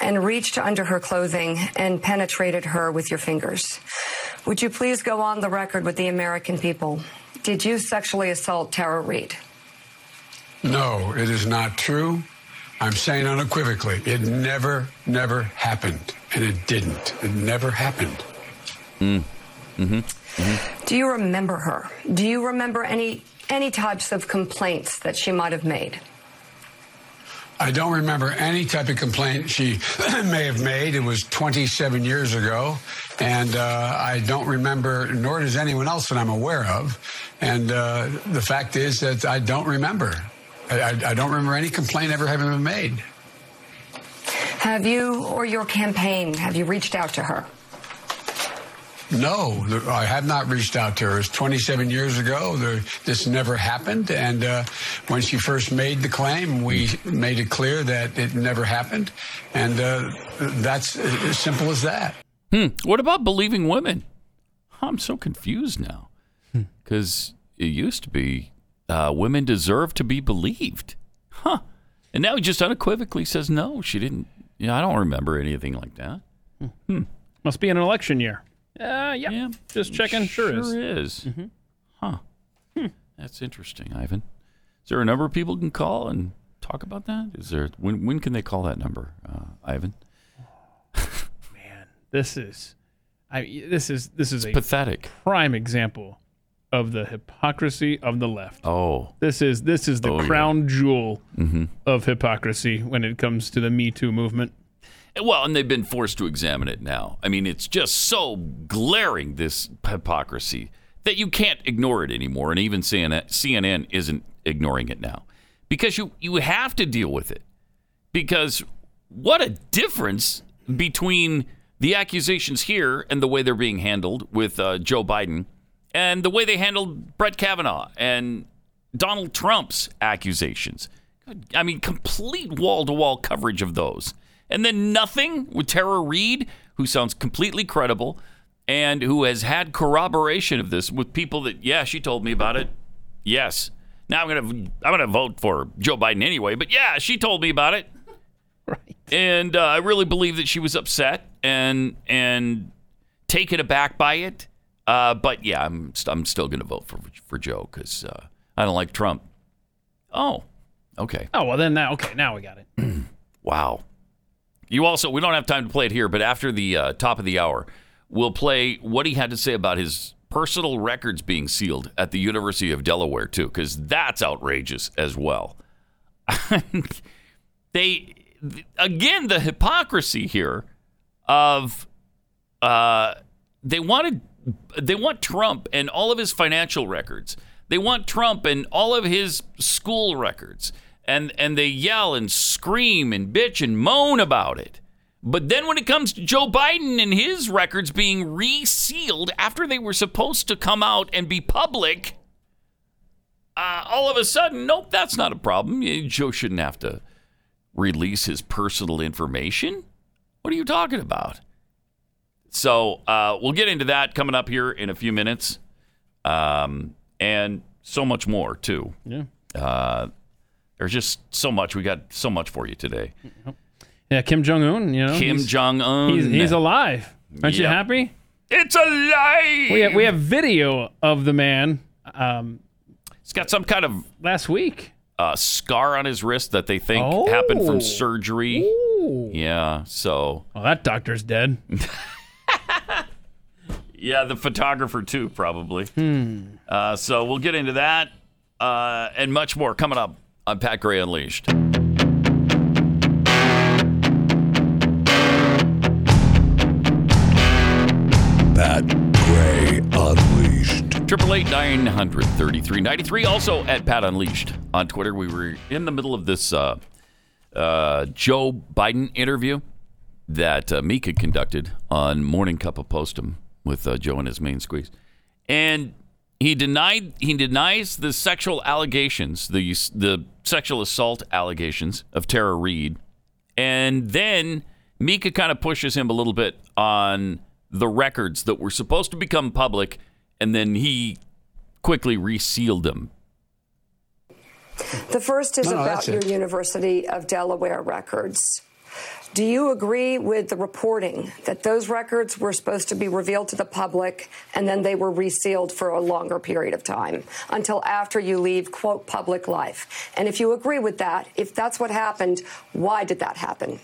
and reached under her clothing and penetrated her with your fingers. Would you please go on the record with the American people? Did you sexually assault Tara Reid? No, it is not true. I'm saying unequivocally, it never, never happened. And it didn't. It never happened. Do you remember her? Do you remember any any types of complaints that she might have made? I don't remember any type of complaint she may have made. It was 27 years ago. And uh, I don't remember, nor does anyone else that I'm aware of. And uh, the fact is that I don't remember. I, I, I don't remember any complaint ever having been made. Have you or your campaign have you reached out to her? No, th- I have not reached out to her. It's 27 years ago. There, this never happened. And uh, when she first made the claim, we made it clear that it never happened. And uh, that's as simple as that. Hmm. What about believing women? I'm so confused now Hmm. because it used to be uh, women deserve to be believed, huh? And now he just unequivocally says no, she didn't. You know, I don't remember anything like that. Must be an election year. Uh, yeah. Yeah, Just checking. Sure, is. Mm-hmm. Hmm. Huh? That's interesting, Ivan. Is there a number people can call and talk about that? Is there when when can they call that number, uh, Ivan? This is, I this is this is a Pathetic. prime example of the hypocrisy of the left. Oh, This is this is the Oh, yeah. crown jewel of hypocrisy when it comes to the Me Too movement. Well, and they've been forced to examine it now. I mean, it's just so glaring this hypocrisy that you can't ignore it anymore. And even CNN, CNN isn't ignoring it now because you you have to deal with it. Because what a difference between the accusations here and the way they're being handled with uh, Joe Biden and the way they handled Brett Kavanaugh and Donald Trump's accusations. I mean, complete wall to wall coverage of those. And then nothing with Tara Reid, who sounds completely credible and who has had corroboration of this with people that, yeah, she told me about it. Yes. Now I'm going to I'm going to vote for Joe Biden anyway, but yeah, she told me about it. Right. And uh, I really believe that she was upset and and taken aback by it. Uh, but yeah, I'm st- I'm still going to vote for for Joe because uh, I don't like Trump. Oh, okay. Oh well, then now okay, now we got it. Wow. You also, we don't have time to play it here, but after the uh, top of the hour, we'll play what he had to say about his personal records being sealed at the University of Delaware, too, because that's outrageous as well. they, again, the hypocrisy here of uh, they wanted, they want Trump and all of his financial records. They want Trump and all of his school records and and they yell and scream and bitch and moan about it. But then when it comes to Joe Biden and his records being resealed after they were supposed to come out and be public, uh, all of a sudden, nope, that's not a problem. Eh, Joe shouldn't have to release his personal information. What are you talking about? So uh, we'll get into that coming up here in a few minutes, um, and so much more too. Yeah. Uh, there's just so much. We got so much for you today. Yeah, Kim Jong Un. You know, Kim Oh, he's- Jong Un. He's, he's alive. Aren't you Yep. happy? It's alive. We have, we have video of the man um, He's got some kind of last week. uh, scar on his wrist that they think Oh. happened from surgery. Ooh. Yeah. So Oh, that doctor's dead. yeah, the photographer too probably. Hmm. Uh, so we'll get into that uh, and much more coming up on Pat Gray Unleashed. Pat Gray Unleashed. Triple eight nine hundred thirty three ninety three. Also at Pat Unleashed on Twitter. We were in the middle of this uh, uh, Joe Biden interview that uh, Mika conducted on Morning Cup of Postum with uh, Joe and his main squeeze, and he denied he denies the sexual allegations, the the sexual assault allegations of Tara Reid, and then Mika kind of pushes him a little bit on the records that were supposed to become public, and then he quickly resealed them. The first is No, no, about that's your it. University of Delaware records. Do you agree with the reporting that those records were supposed to be revealed to the public and then they were resealed for a longer period of time until after you leave, quote, public life? And if you agree with that, if that's what happened, why did that happen?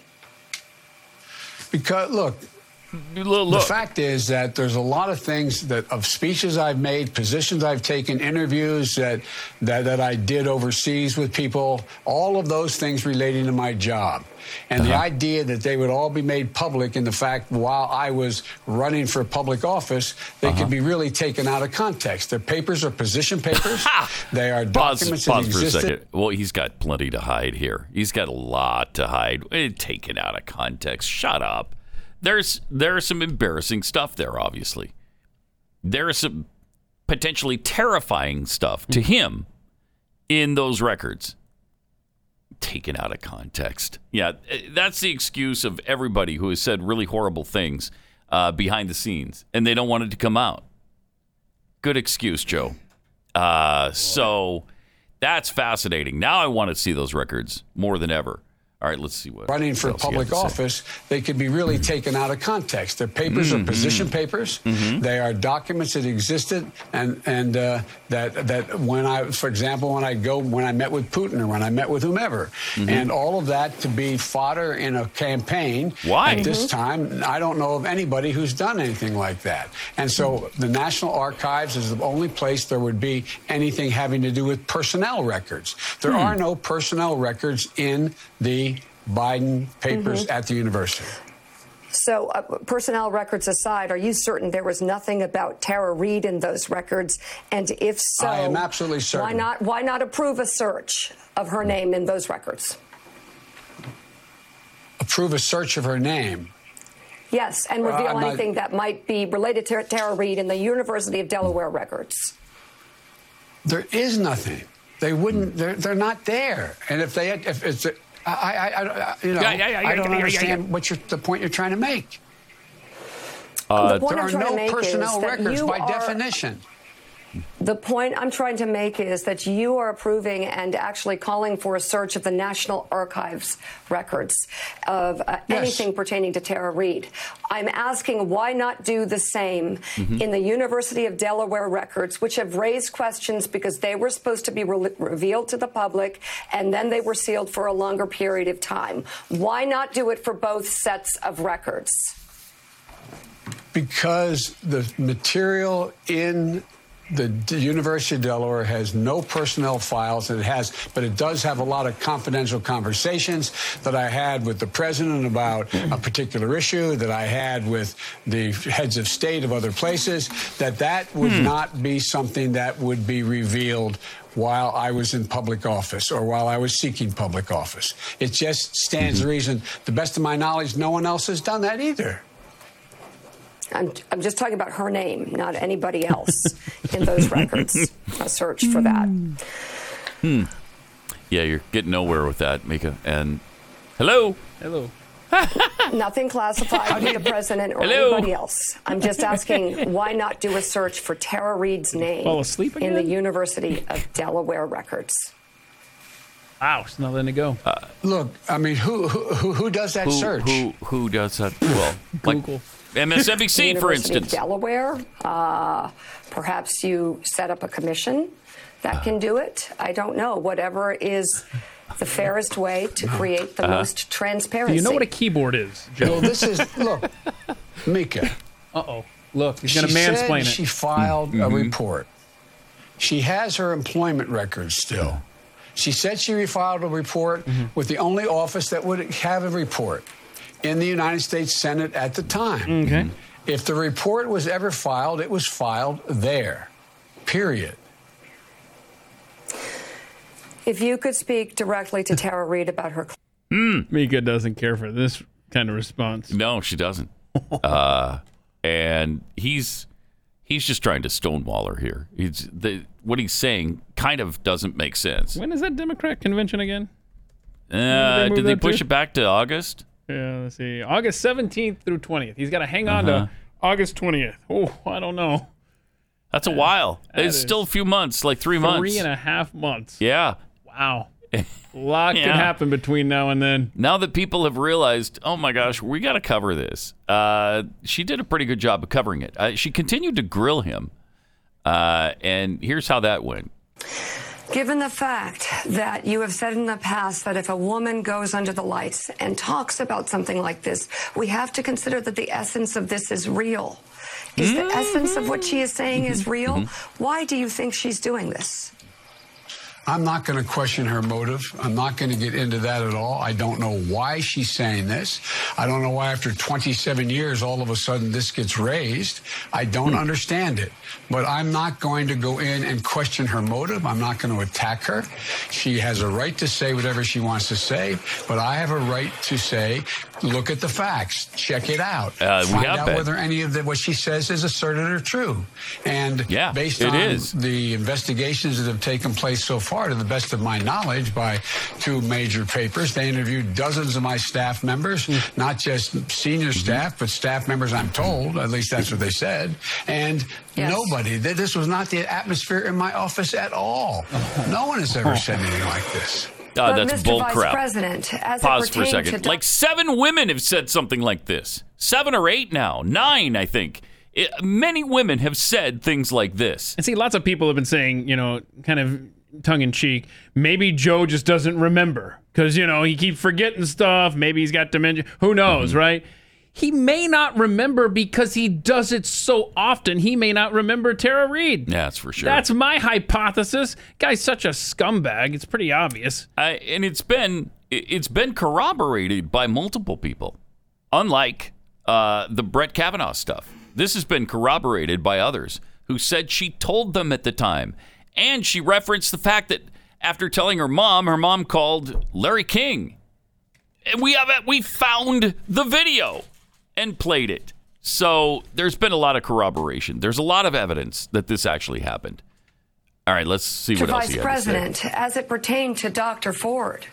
Because, look, Look, The fact is that there's a lot of things that of speeches I've made, positions I've taken, interviews that, that that I did overseas with people, all of those things relating to my job. And Uh-huh. the idea that they would all be made public in the fact while I was running for public office, they could Uh-huh. be really taken out of context. Their papers are position papers. they are Pause, documents that pause for a existed. second. Well, he's got plenty to hide here. He's got a lot to hide. Eh, Take it out of context. Shut up. There's there's some embarrassing stuff there. Obviously, there is some potentially terrifying stuff to Mm-hmm. him in those records. Taken out of context. Yeah, eh, that's the excuse of everybody who has said really horrible things uh, behind the scenes, and they don't want it to come out. Good excuse, Joe. Uh, so that's fascinating. Now I want to see those records more than ever. All right, let's see what running for else you public have to say. office, they could be really taken out of context. Their papers Mm-hmm. are position papers. They are documents that existed, and and uh, that that when I, for example, when I go when I met with Putin or when I met with whomever, Mm-hmm. and all of that to be fodder in a campaign. Why? At this time, I don't know of anybody who's done anything like that. And so the National Archives is the only place there would be anything Hmm. having to do with personnel records. There are no personnel records in the Biden papers Mm-hmm. at the university. So, uh, personnel records aside, are you certain there was nothing about Tara Reid in those records? And if so, I am absolutely certain. Why not? Why not approve a search of her name in those records? Approve a search of her name. Yes, and Well, reveal I'm not- anything that might be related to Tara Reid in the University of Delaware records. There is nothing. They wouldn't. They're, they're not there. And if they, if it's, I, I, I you know, Yeah, yeah, yeah, I don't yeah, yeah, yeah. understand what you're, the point you're trying to make. the point I'm there trying are to no make personnel is that records you by are- definition. The point I'm trying to make is that you are approving and actually calling for a search of the National Archives records of uh, Yes. anything pertaining to Tara Reid. I'm asking why not do the same in the University of Delaware records, which have raised questions because they were supposed to be re- revealed to the public and then they were sealed for a longer period of time. Why not do it for both sets of records? Because the material in the D- University of Delaware has no personnel files, and it has, but it does have a lot of confidential conversations that I had with the president about a particular issue, that I had with the heads of state of other places. That that would not be something that would be revealed while I was in public office or while I was seeking public office. It just stands to reason. The best of my knowledge, no one else has done that either. I'm, I'm just talking about her name, not anybody else in those records. A search for that. Yeah, you're getting nowhere with that, Mika. And hello. Hello. Nothing classified with the president or Hello. anybody else. I'm just asking why not do a search for Tara Reid's name Fall asleep in the again? University of Delaware records. Wow, it's not letting it go. Uh, Look, I mean, who who, who- who does that Who, search? who who does that? Well, like Google. MSNBC, for University instance. of Delaware. Uh, perhaps you set up a commission that can do it. I don't know. Whatever is the fairest way to create the most Uh-huh. transparency. Do you know what a keyboard is, Joe? Well, this is look, Mika. Uh oh. Look, he's going to she said mansplain it. She filed a report. She has her employment records still. She said she refiled a report Mm-hmm. with the only office that would have a report in the United States Senate at the time. Okay. If the report was ever filed, it was filed there. Period. If you could speak directly to Tara Reid about her Mika doesn't care for this kind of response. No, she doesn't. uh, and he's he's just trying to stonewall her here. He's the what he's saying kind of doesn't make sense. When is that Democrat convention again? Uh, move did they that push to? it back to August? Yeah, let's see. August 17th through 20th. He's got to hang on Uh-huh. to August 20th. Oh, I don't know. That's a while. that it's is still a few months, like three months. Three and a half months. yeah. Wow. A lot Yeah. can happen between now and then. Now that people have realized, oh my gosh, we got to cover this. Uh, she did a pretty good job of covering it. Uh, she continued to grill him, uh, and here's how that went. Given the fact that you have said in the past that if a woman goes under the lights and talks about something like this, we have to consider that the essence of this is real. Is the essence of what she is saying is Mm-hmm. real? Why do you think she's doing this? I'm not going to question her motive. I'm not going to get into that at all. I don't know why she's saying this. I don't know why after 27 years, all of a sudden this gets raised. I don't Hmm. understand it. But I'm not going to go in and question her motive. I'm not going to attack her. She has a right to say whatever she wants to say, but I have a right to say, look at the facts, check it out, Uh, we find have out that. whether any of the, what she says is asserted or true. And Yeah, based it on is. the investigations that have taken place so far, to the best of my knowledge, by two major papers. They interviewed dozens of my staff members, not just senior staff, but staff members, I'm told. At least that's what they said. And Yes. nobody, th- this was not the atmosphere in my office at all. No one has ever said anything like this. Uh, But that's Mr. bull Vice crap. President, as Pause it for a pertains second. to Like seven women have said something like this. Seven or eight now. Nine, I think. It, many women have said things like this. And see, lots of people have been saying, you know, kind of tongue in cheek, maybe Joe just doesn't remember because, you know, he keeps forgetting stuff. Maybe he's got dementia. Who knows, Mm-hmm. right? He may not remember because he does it so often. He may not remember Tara Reid. Yeah, That's for sure. That's my hypothesis. Guy's such a scumbag. It's pretty obvious. I, Uh, and it's been i- it's been corroborated by multiple people, unlike uh, the Brett Kavanaugh stuff. This has been corroborated by others who said she told them at the time. And she referenced the fact that after telling her mom, her mom called Larry King. And we have we found the video and played it. So there's been a lot of corroboration. There's a lot of evidence that this actually happened. All right, let's see to what else Vice he had to say. President as it pertained to Dr. Ford.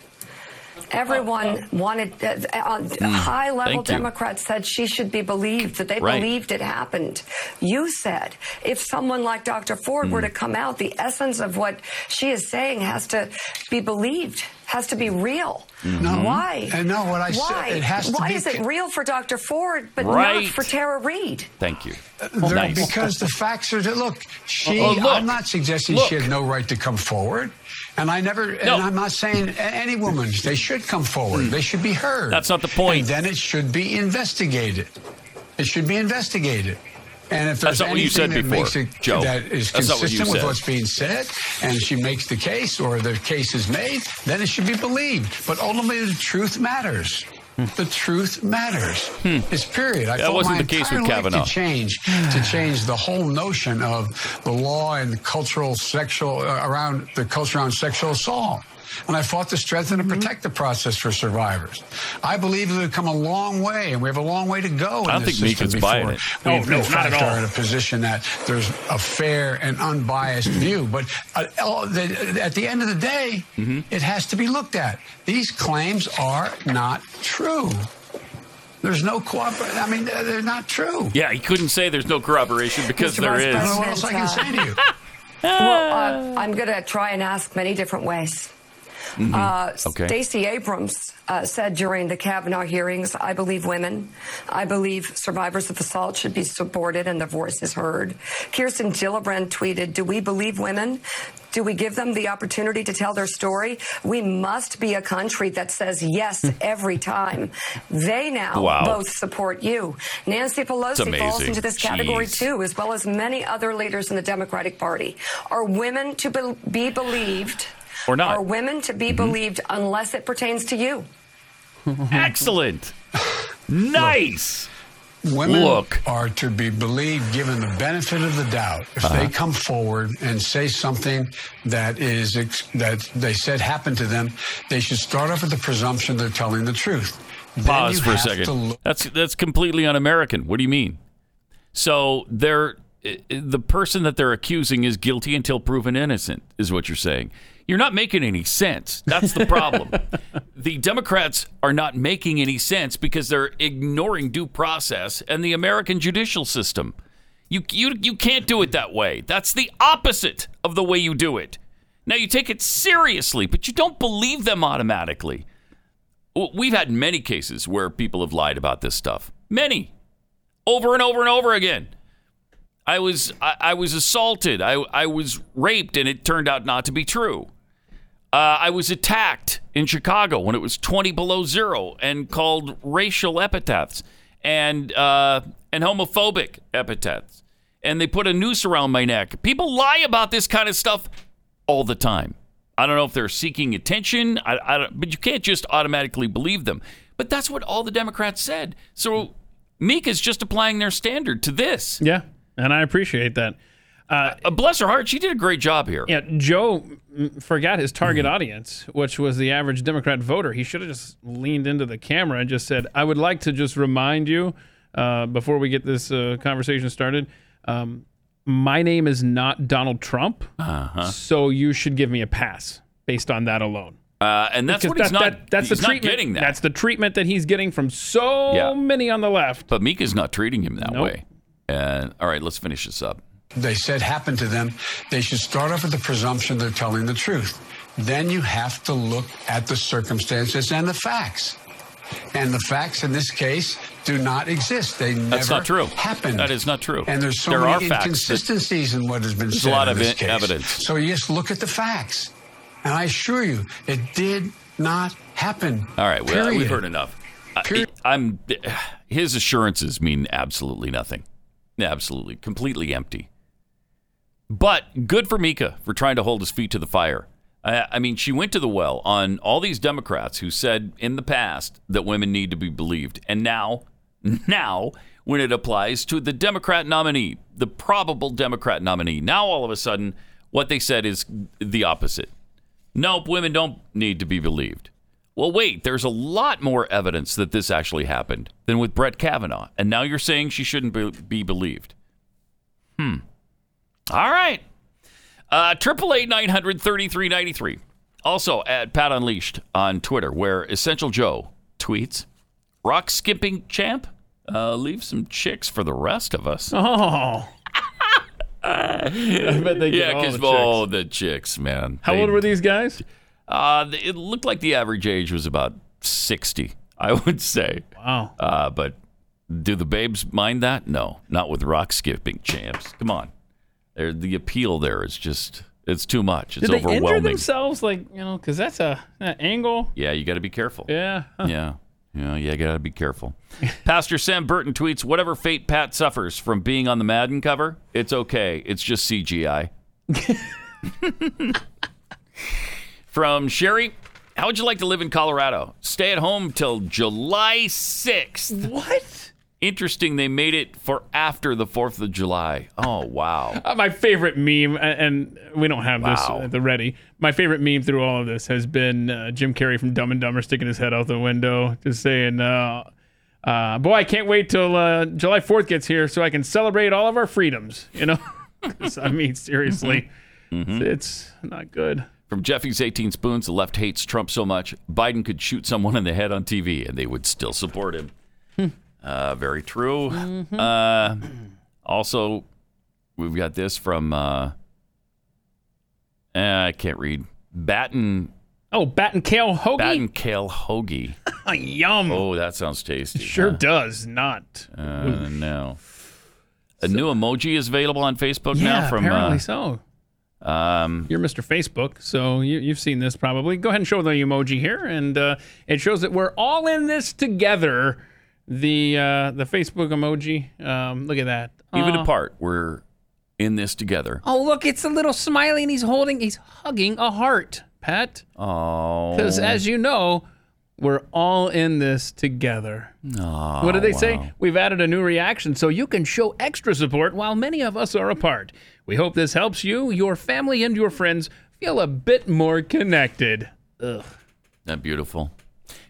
Everyone wanted uh, uh, high Mm, level thank you. Democrats said she should be believed that they Right. believed it happened. You said if someone like Dr. Ford Mm. were to come out, the essence of what she is saying has to be believed, has to be real. No. Why? Mm-hmm. And no, what I said, Why? it has to Why be is it con- real for Dr. Ford but Right. not for Tara Reid? Thank you. There- nice. Because the facts are that look, she. Oh, look. I'm not suggesting she Look. had no right to come forward, and I never. No. And I'm not saying a- any woman they should come forward. They should be heard. That's not the point. And then it should be investigated. It should be investigated. And if That's there's not what you anything said that before, makes it Joe. that is That's not what you consistent with said. what's being said, and she makes the case or the case is made, then it should be believed. But ultimately, the truth matters. The truth matters. It's period. I Hmm. That fought wasn't my the case entire with life Kavanaugh. To change to change the whole notion of the law and the cultural sexual uh, around the culture around sexual assault. And I fought to strengthen Mm-hmm. and protect the process for survivors. I believe that we've come a long way, and we have a long way to go. in I don't this think system Meek is before buying it. we, Oh, in no, not fact, at all. Are in a position that there's a fair and unbiased Mm-hmm. view, but uh, all- the- at the end of the day, Mm-hmm. it has to be looked at. These claims are not true. There's no cooperation. I mean, they're they're not true. Yeah, he couldn't say there's no corroboration because Mr. there Vice I is. don't know what else I can say to you. Well, uh, I'm going to try and ask many different ways. Uh, Mm-hmm. Okay. Stacey Abrams uh, said during the Kavanaugh hearings, I believe women. I believe survivors of assault should be supported and their voices heard. Kirsten Gillibrand tweeted, Do we believe women? Do we give them the opportunity to tell their story? We must be a country that says yes every time. They now Hmm. Wow. both support you. Nancy Pelosi falls amazing. into this category Jeez. too too, as well as many other leaders in the Democratic Party. Are women to be, be believed? Or not. Mm-hmm. Are women to be believed unless it pertains to you? Excellent. Nice. Women Look. are to be believed given the benefit of the doubt. If Uh-huh. they come forward and say something that is ex- that they said happened to them, they should start off with the presumption they're telling the truth. Then Pause you for a have to second. look- That's that's completely un-American. What do you mean? So they're i- i- the person that they're accusing is guilty until proven innocent is what you're saying. You're not making any sense. That's the problem. the Democrats are not making any sense because they're ignoring due process and the American judicial system. You you you can't do it that way. That's the opposite of the way you do it. Now you take it seriously, but you don't believe them automatically. W- We've had many cases where people have lied about this stuff. Many. Over and over and over again. I was I, I was assaulted. I I was raped and it turned out not to be true. Uh, I was attacked in Chicago when it was 20 below zero and called racial epithets and uh, and homophobic epithets. And they put a noose around my neck. People lie about this kind of stuff all the time. I don't know if they're seeking attention, I, I don't, but you can't just automatically believe them. But that's what all the Democrats said. So Meek is just applying their standard to this. Yeah, and I appreciate that. Uh, bless her heart, she did a great job here. Yeah, Joe mm, forgot his Mm-hmm. target audience, which was the average Democrat voter. He should have just leaned into the camera and just said, "I would like to just remind you uh, before we get this uh, conversation started." Um, my name is not Donald Trump, Uh-huh. so you should give me a pass based on that alone. Uh, and that's what he's not. that's he's the treatment. not getting that. That's the treatment that he's getting from so Yeah. many on the left. But Mika's not treating him that Nope. way. And all right, let's finish this up. they said happened to them. They should start off with the presumption they're telling the truth. Then you have to look at the circumstances and the facts. And the facts in this case do not exist. They never That's not true. happened. That is not true. And there's so There many are facts that- inconsistencies in what has been There's a said. lot in of this e- case. evidence. So you just look at the facts. And I assure you, it did not happen. All right, well, Period. we've heard enough. I, Period. I'm his assurances mean absolutely nothing. Absolutely, completely empty. But good for Mika for trying to hold his feet to the fire. I, I mean, she went to the well on all these Democrats who said in the past that women need to be believed, and now, now when it applies to the Democrat nominee, the probable Democrat nominee, now all of a sudden what they said is the opposite. Nope, women don't need to be believed. Well, wait, there's a lot more evidence that this actually happened than with Brett Kavanaugh. And now you're saying she shouldn't be, be believed. Hmm. All right. Uh, Triple eight nine hundred thirty three ninety three. Also at Pat Unleashed on Twitter, where Essential Joe tweets, "Rock skipping champ, uh, leave some chicks for the rest of us." Oh. I bet they get yeah, all the because chicks. all the chicks, man. How old were these guys? Uh, th- it looked like the average age was about sixty, I would say. Wow. Uh, but do the babes mind that? No, not with rock skipping champs. Come on, There- the appeal there is just—it's too much. It's Did they injure overwhelming. themselves? Like, you know, because that's a an angle. Yeah, you got to be careful. Yeah. Huh. Yeah. Yeah, you gotta be careful. Pastor Sam Burton tweets, whatever fate Pat suffers from being on the Madden cover, it's okay. It's just CGI. from Sherry, how would you like to live in Colorado? Stay at home till July 6th. What? Interesting they made it for after the 4th of July. Oh, wow. Uh, my favorite meme, a- and we don't have this Wow. at the ready. My favorite meme through all of this has been uh, Jim Carrey from Dumb and Dumber sticking his head out the window, just saying, uh, uh, "Boy, I can't wait till uh, July Fourth gets here so I can celebrate all of our freedoms." You know, 'Cause, I mean, seriously, Mm-hmm. it's not good. From Jeffy's 18 Spoons, the left hates Trump so much, Biden could shoot someone in the head on TV and they would still support him. Hmm. uh, very true. Mm-hmm. Uh, also, we've got this from, uh, eh, I can't read, Batten, Oh, bat and kale hoagie, Batten Kale Hoagie. yum. Oh, that sounds tasty. Sure does not. Uh, no. A new emoji is available on Facebook now yeah, from apparently uh, so. um, You're Mr. Facebook, so you, you've seen this probably. Go ahead and show the emoji here, and uh, it shows that we're all in this together. The uh, the Facebook emoji. Um, look at that. even Aw. apart, we're in this together. oh, look, it's a little smiley, and he's holding, he's hugging a heart, Pat. Oh, Because as you know, we're all in this together. what do they say? We've added a new reaction so you can show extra support while many of us are apart. We hope this helps you, your family, and your friends feel a bit more connected. Ugh. Isn't that beautiful?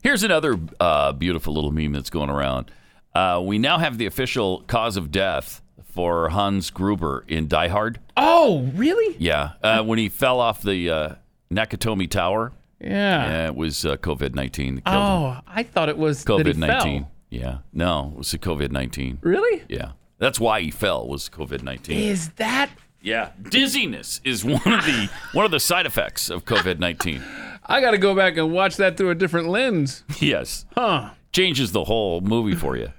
Here's another uh, beautiful little meme that's going around. Uh, we now have the official cause of death for Hans Gruber in Die Hard. Oh, really? Yeah, uh, when he fell off the uh, Nakatomi Tower, Yeah. uh, it was uh, COVID nineteen. Ah. Oh, I thought it was that he COVID nineteen. fell. Yeah, no, it was the COVID nineteen. Really? Yeah, that's why he fell was COVID nineteen. Is that? Yeah, dizziness is one of the one of the side effects of COVID nineteen. I got to go back and watch that through a different lens. Yes, Huh. changes the whole movie for you.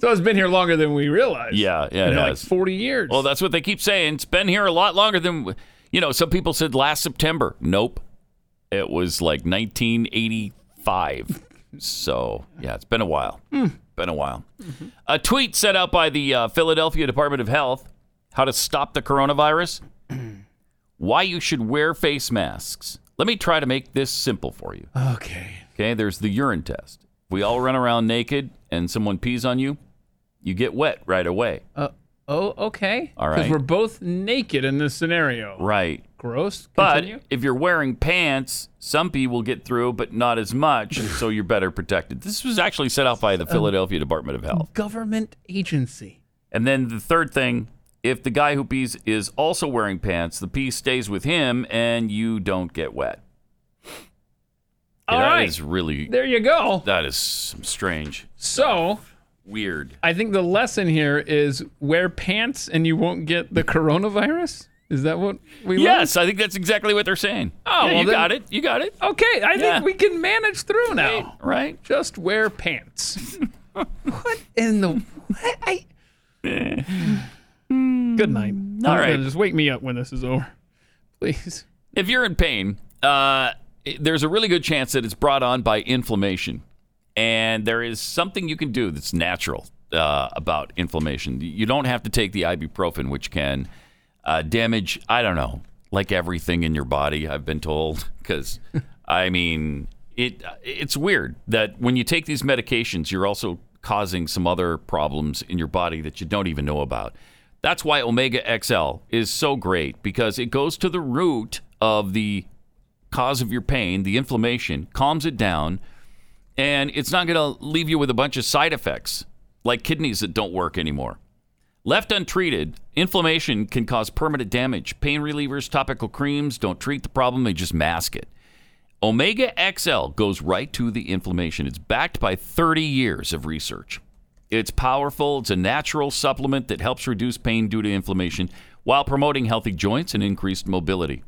So it's been here longer than we realized. Yeah, yeah, it You know, like has. 40 years. Well, that's what they keep saying. It's been here a lot longer than, you know, some people said last September. Nope. It was like 1985. so, yeah, it's been a while. Been a while. A tweet sent out by the uh, Philadelphia Department of Health how to stop the coronavirus, why you should wear face masks. Let me try to make this simple for you. okay. Okay, there's the urine test. If we all run around naked and someone pees on you, you get wet right away. Oh, okay. All right. Because we're both naked in this scenario. Right. Gross. But Continue. if you're wearing pants, some pee will get through, but not as much, and so you're better protected. This was actually set out Um, by the Philadelphia Department of Health. government agency. And then the third thing if the guy who pees is also wearing pants, the pee stays with him and you don't get wet. All Yeah, that right. is really, There you go. that is some strange, So weird. I think the lesson here is wear pants and you won't get the coronavirus. Is that what we? learned? Yes, I think that's exactly what they're saying. Oh, Yeah, well, you then- got it. You got it. Okay. I Yeah. think we can manage through now. Right? Just wear pants. what in the? What? I. Good night. All All right. Just wake me up when this is over, please. If you're in pain, uh, it- there's a really good chance that it's brought on by inflammation. And there is something you can do that's natural uh, about inflammation. You don't have to take the ibuprofen, which can uh, damage, I don't know, like everything in your body, I've been told. Because, I mean, it it's weird that when you take these medications, you're also causing some other problems in your body that you don't even know about. That's why Omega XL is so great because it goes to the root of the cause of your pain, the inflammation, calms it down, and it's not going to leave you with a bunch of side effects like kidneys that don't work anymore. Left untreated, inflammation can cause permanent damage. Pain relievers, topical creams don't treat the problem, they just mask it. Omega XL goes right to the inflammation. It's backed by 30 years of research. It's powerful, it's a natural supplement that helps reduce pain due to inflammation while promoting healthy joints and increased mobility.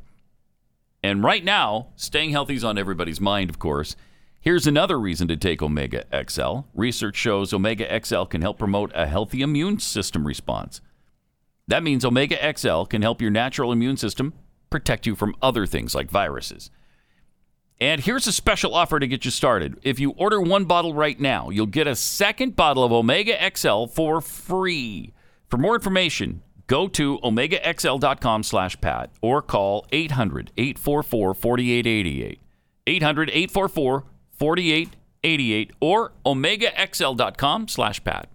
And right now, staying healthy is on everybody's mind, of course. Here's another reason to take Omega XL. Research shows Omega XL can help promote a healthy immune system response. That means Omega XL can help your natural immune system protect you from other things like viruses. And here's a special offer to get you started. If you order one bottle right now, you'll get a second bottle of Omega XL for free. For more information, go to omegaxl.com slash pat or call 800-844-4888. 800-844-4888 or omegaxl.com slash pat.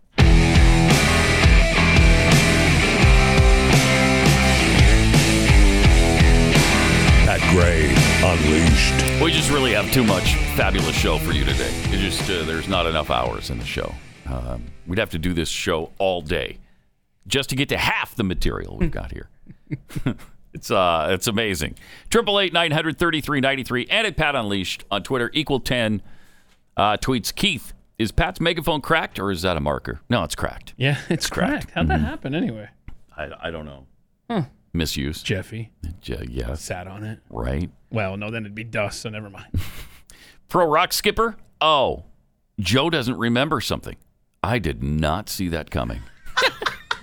Pat Gray Unleashed. We just really have too much fabulous show for you today. It just uh, there's not enough hours in the show. Um, we'd have to do this show all day just to get to half the material we've got here. it's uh, it's amazing. Triple eight nine hundred thirty three ninety three and at Pat Unleashed on Twitter equal ten uh, tweets. Keith, is Pat's megaphone cracked or is that a marker? No, it's cracked. Yeah, it's Mm-hmm. cracked. How'd that happen anyway? I, I don't know. Misuse. Jeffy J- yes, sat on it. right. Well, no, then it'd be dust, so never mind. Pro rock skipper. Oh, Joe doesn't remember something. I did not see that coming.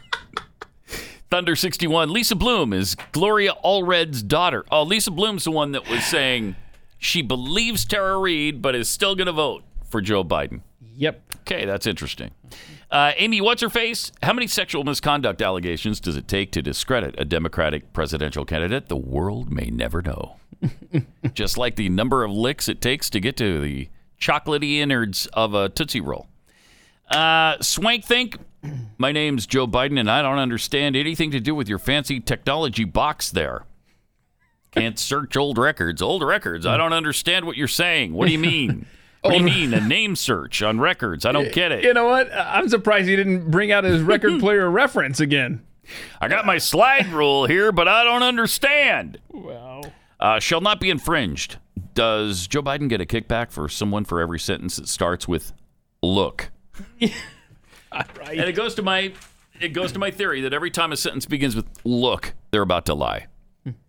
Thunder 61. Lisa Bloom is Gloria Allred's daughter. Oh, Lisa Bloom's the one that was saying she believes Tara Reid, but is still going to vote for Joe Biden. yep. Okay, that's interesting. Uh, Amy, what's her face? How many sexual misconduct allegations does it take to discredit a Democratic presidential candidate? The world may never know. Just like the number of licks it takes to get to the chocolatey innards of a Tootsie Roll. Uh, Swank Think, my name's Joe Biden, and I don't understand anything to do with your fancy technology box there. Can't search old records. Old records. I don't understand what you're saying. What do you mean? What do you mean? A name search on records. I don't get You it. know what? I- I'm surprised he didn't bring out his record player reference again. I got my slide rule here, but I don't understand. Wow. Uh, shall not be infringed. Does Joe Biden get a kickback for someone for every sentence that starts with "look"? And it goes to my it goes to my theory that every time a sentence begins with "look," they're about to lie.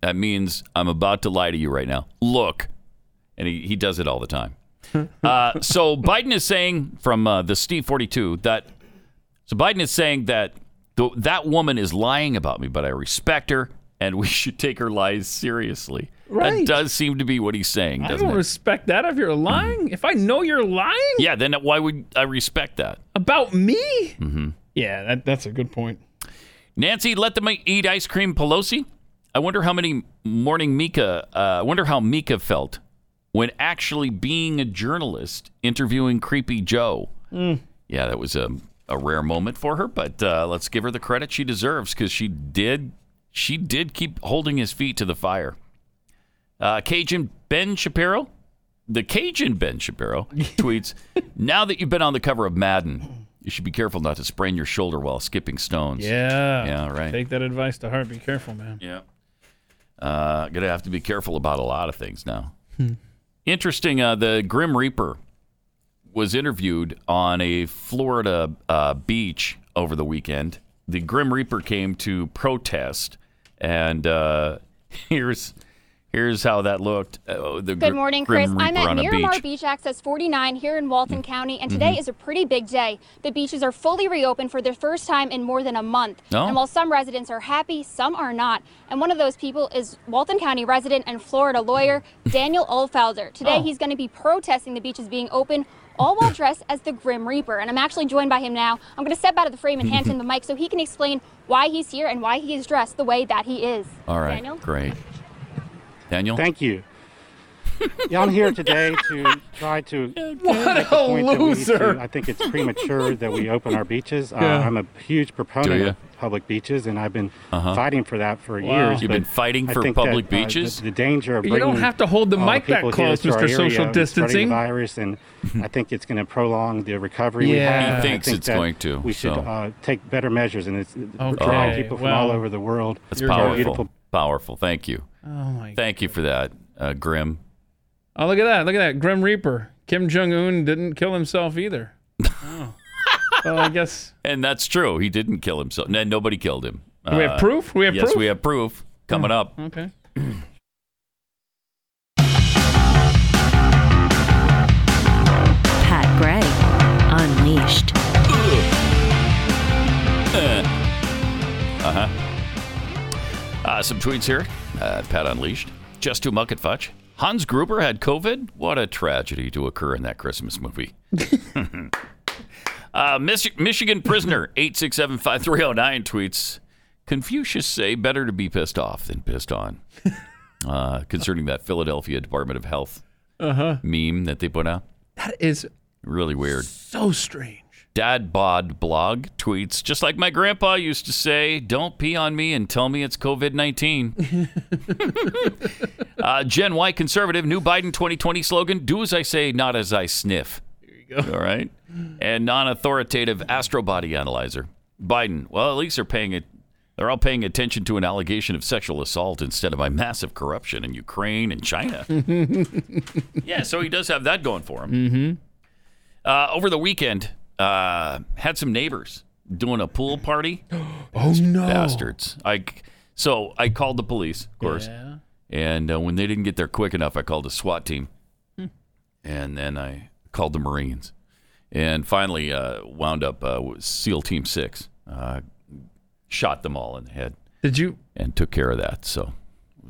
That means I'm about to lie to you right now. Look, and he, he does it all the time. Uh, so Biden is saying from uh, the Steve 42 that so Biden is saying that th- that woman is lying about me, but I respect her, and we should take her lies seriously. That Right. does seem to be what he's saying, I doesn't don't it? respect that if you're lying. If I know you're lying yeah. Then why would I respect that? about me? Mm-hmm. Yeah, that, that's a good point. Nancy, let them eat ice cream, Pelosi. I wonder how many morning Mika. Uh, I wonder how Mika felt when actually being a journalist interviewing creepy Joe. Yeah, that was a a rare moment for her, but uh, let's give her the credit she deserves because she did she did keep holding his feet to the fire. Uh, Cajun Ben Shapiro, the Cajun Ben Shapiro tweets: Now that you've been on the cover of Madden, you should be careful not to sprain your shoulder while skipping stones. Yeah. Yeah, right. Take that advice to heart. Be careful, man. Yeah. Uh, gonna have to be careful about a lot of things now. Hmm. Interesting. Uh, the Grim Reaper was interviewed on a Florida uh, beach over the weekend. The Grim Reaper came to protest, and uh, here's here's how that looked. Uh, the Gr- Good morning, Chris. Grim I'm Reaper at on a Miramar beach. Mm-hmm. Beach. Access 49 here in Walton County, and today is a pretty big day. The beaches are fully reopened for the first time in more than a month. Oh. And while some residents are happy, some are not. And one of those people is Walton County resident and Florida lawyer Daniel Olfelder. Today Oh. he's going to be protesting the beaches being open. All while dressed as the Grim Reaper. And I'm actually joined by him now. I'm going to step out of the frame and hand him the mic so he can explain why he's here and why he is dressed the way that he is. All right, Daniel? great. Daniel? Thank you. Yeah, I'm here today to try to What make the a point that we need to- loser. I think it's premature that we open our beaches. Uh, Yeah. I'm a huge proponent ya? of public beaches, and I've been Uh-huh. fighting for that for Wow. years. You've but been fighting I for think that, public uh, the- beaches? the danger of You don't bringing have to hold the all mic that people here close, to our Mr. Social area and spreading the Distancing. virus, and I think it's going to prolong the recovery we Yeah. have. He and I thinks think it's that going to, We should so. uh, take better measures, and it's we're Okay, drawing people from all well, over the world. That's to our powerful. beautiful Powerful. Thank you. Oh my! Thank you for that, uh, Grim. Oh, look at that! Look at that! Grim Reaper. Kim Jong Un didn't kill himself either. Oh. well, I guess And that's true. He didn't kill himself. No, nobody killed him. Uh, Do we have proof? We have yes, proof? Hmm. we have proof coming up. okay. Pat Gray, Unleashed. Uh huh. Uh, some tweets here. Uh, Pat Unleashed. Just too muck and fudge. Hans Gruber had COVID. What a tragedy to occur in that Christmas movie. uh, Mich- Michigan prisoner 8675309 tweets Confucius say better to be pissed off than pissed on. Uh, concerning that Philadelphia Department of Health Uh-huh. meme that they put out. That is Really weird. so strange. Dad Bod blog tweets, just like my grandpa used to say, don't pee on me and tell me it's COVID 19. uh, Gen Y conservative, new Biden 2020 slogan do as I say, not as I sniff. There you go. All right. And non authoritative astrobody analyzer. Biden, well, at least they're paying it. They're all paying attention to an allegation of sexual assault instead of my massive corruption in Ukraine and China. yeah, so he does have that going for him. Mm-hmm. Uh, over the weekend, uh, had some neighbors doing a pool party. Oh no! Bastards! I so I called the police, of course, Yeah. and uh, when they didn't get there quick enough, I called a SWAT team, Hmm. and then I called the Marines, and finally uh, wound up uh, with SEAL Team Six. Uh, shot them all in the head. Did you? And took care of that. So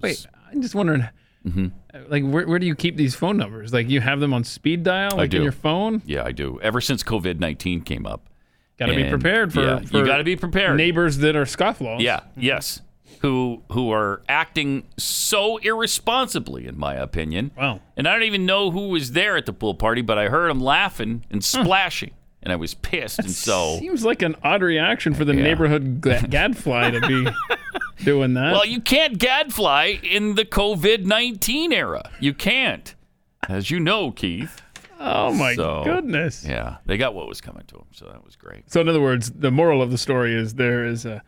Wait, I'm just wondering, mhm. like, where, where do you keep these phone numbers? Like, you have them on speed dial, I like do. in your phone? Yeah, I do. Ever since COVID nineteen came up, Got to be And, prepared for. yeah, you for gotta be prepared. Neighbors that are scofflaws. Yeah. Yes. Who who are acting so irresponsibly, in my opinion. Wow. And I don't even know who was there at the pool party, but I heard them laughing and splashing, and I was pissed. and so, Seems like an odd reaction for the Yeah. neighborhood gla- gadfly to be doing that. well, you can't gadfly in the COVID nineteen era. You can't, as you know, Keith. oh my So, goodness. Yeah, they got what was coming to them, so that was great. So, in other words, the moral of the story is there is a,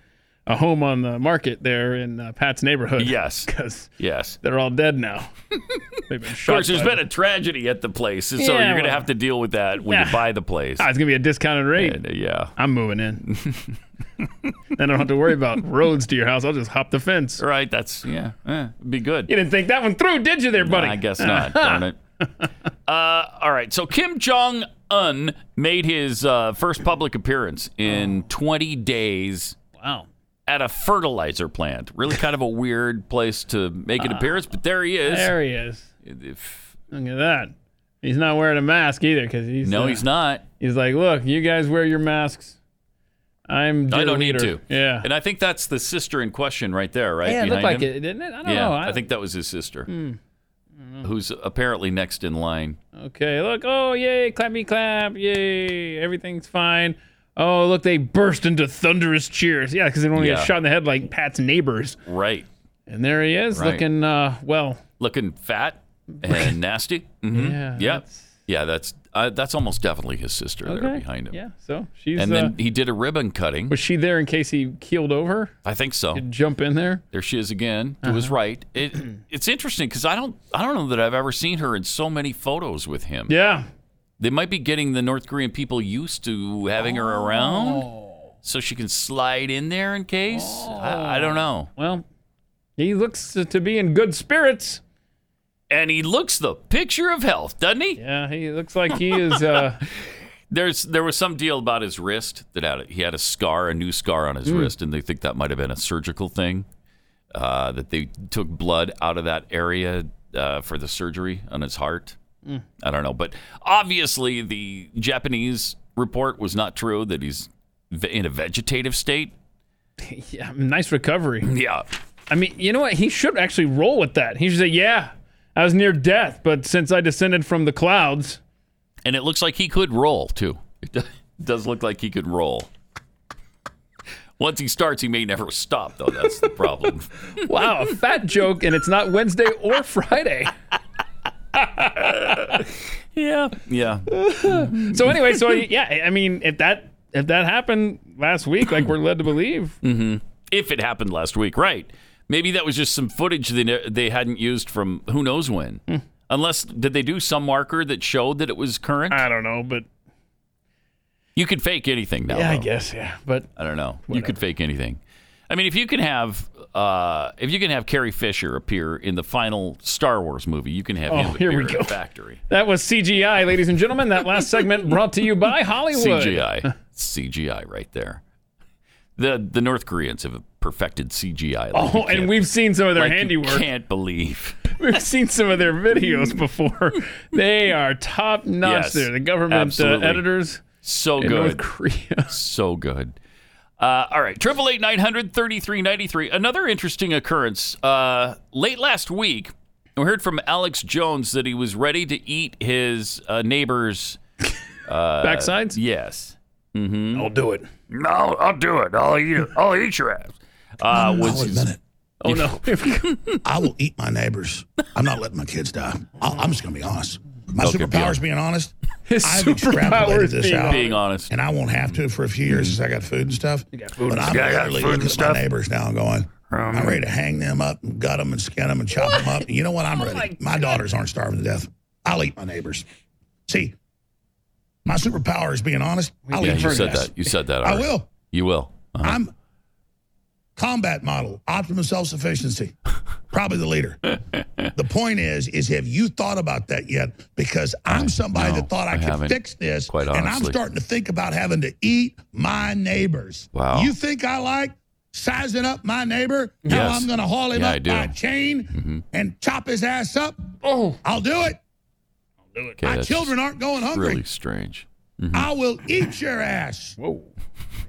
a home on the market there in uh, Pat's neighborhood. Yes. Because Yes. they're all dead now. They've been Of shot. course, there's by been a tragedy at the place, and so Yeah, you're going to well. have to deal with that when Yeah. you buy the place. Ah, it's gonna be a discounted rate. And, uh, yeah. I'm moving in. then I don't have to worry about roads to your house. I'll just hop the fence. Right. That's yeah. eh, be good. You didn't think that one through, did you, there, buddy? Ah. I guess not. darn it. Uh, all right. So Kim Jong Un made his uh, first public appearance in 20 days Wow. at a fertilizer plant. Really kind of a weird place to make an appearance, but there he is. Uh, There he is. If- Look at that. He's not wearing a mask either, because he's no, uh, he's not. He's like, look, you guys wear your masks. I'm. I dear don't need leader." to. Yeah. And I think that's the sister in question right there, right? yeah, it looked behind like him. it, didn't it? Oh, I don't yeah, know. I, don't- think that was his sister, Hmm. who's apparently next in line. Okay, look. Oh, yay, clappy clap. Yay, everything's fine. Oh, look, they burst into thunderous cheers. Yeah, because they don't want to Yeah. get shot in the head like Pat's neighbors. Right. And there he is, Right. looking, uh, well, looking fat and nasty. Mhm. Yeah, yeah, that's- yeah. That's uh, that's almost definitely his sister there Okay. behind him. yeah, so she's. and uh, then he did a ribbon cutting. was she there in case he keeled over? I think so. Could jump in there? There she is again. It Uh-huh. was right. It, it's interesting because I don't I don't know that I've ever seen her in so many photos with him. Yeah. They might be getting the North Korean people used to having her around. Oh. So she can slide in there in case. I, I don't know. Well, he looks to be in good spirits. And he looks the picture of health, doesn't he? Yeah, he looks like he is. Uh, There's there was some deal about his wrist that had, he had a scar, a new scar on his Mm. wrist, and they think that might have been a surgical thing. Uh, that they took blood out of that area uh, for the surgery on his heart. Mm. I don't know, but obviously the Japanese report was not true that he's ve- in a vegetative state. yeah, nice recovery. Yeah, I mean, you know what? He should actually roll with that. He should say, "Yeah, I was near death, but since I descended from the clouds, And it looks like he could roll, too. It do- does look like he could roll. Once he starts, he may never stop, though. That's the problem. wow, a fat joke, and it's not Wednesday or Friday." yeah. Yeah. so anyway, so yeah, I mean, if that if that happened last week, like we're led to believe, hmm If it happened last week, right? Maybe that was just some footage they ne- they hadn't used from who knows when. Hmm. Unless did they do some marker that showed that it was current? I don't know, but you could fake anything now. yeah, I though. guess, yeah, but I don't know. You could fake anything. I mean, if you can have uh, if you can have Carrie Fisher appear in the final Star Wars movie, you can have Oh, him here we appear in go. a factory. that was CGI, ladies and gentlemen. That last segment brought to you by Hollywood. CGI, CGI, right there. The the North Koreans have perfected CGI. like you Oh, and can't- we've seen some of their like you handiwork. Can't believe. We've seen some of their videos before. They are top notch. Yes, there, the government uh, absolutely. editors. So in good. North Korea. so good. Uh, all right. Triple eight nine hundred thirty three ninety three. Another interesting occurrence. Uh, late last week, we heard from Alex Jones that he was ready to eat his uh, neighbor's uh, Backsides? Yes. Mm-hmm. I'll do it. No, I'll do it. I'll eat it. I'll eat your ass. Uh, was I'll his- admit Oh no. it. I will eat my neighbors. I'm not letting my kids die. I, I'm just gonna be honest. My Okay, be superpower is honest. being honest. His I've superpower extrapolated is this being out, being honest. and I won't have to for a few years since I got food and stuff. food but and I'm stuff. Yeah, I got literally food looking and at stuff. Um, my neighbors now and going, I'm ready to hang them up, and gut them, and skin them, and chop them up. You know what? I'm ready. my daughters aren't starving to death. I'll eat my neighbors. See, my superpower is being honest. I'll yeah, eat you your said ass. that. You said that. I already. will. You will. Uh-huh. I'm combat model, optimum self sufficiency, probably the leader. the point is, is have you thought about that yet? Because I'm somebody that thought I, I could haven't, fix this, quite and I'm honestly. starting to think about having to eat my neighbors. Wow. You think I like sizing up my neighbor? How Yes. I'm going to haul him Yeah, I up do. Mm-hmm. by a chain and chop his ass up? Oh, I'll do it. Okay, My that's children aren't going hungry. Really mm-hmm. strange. I will eat your ass. Whoa.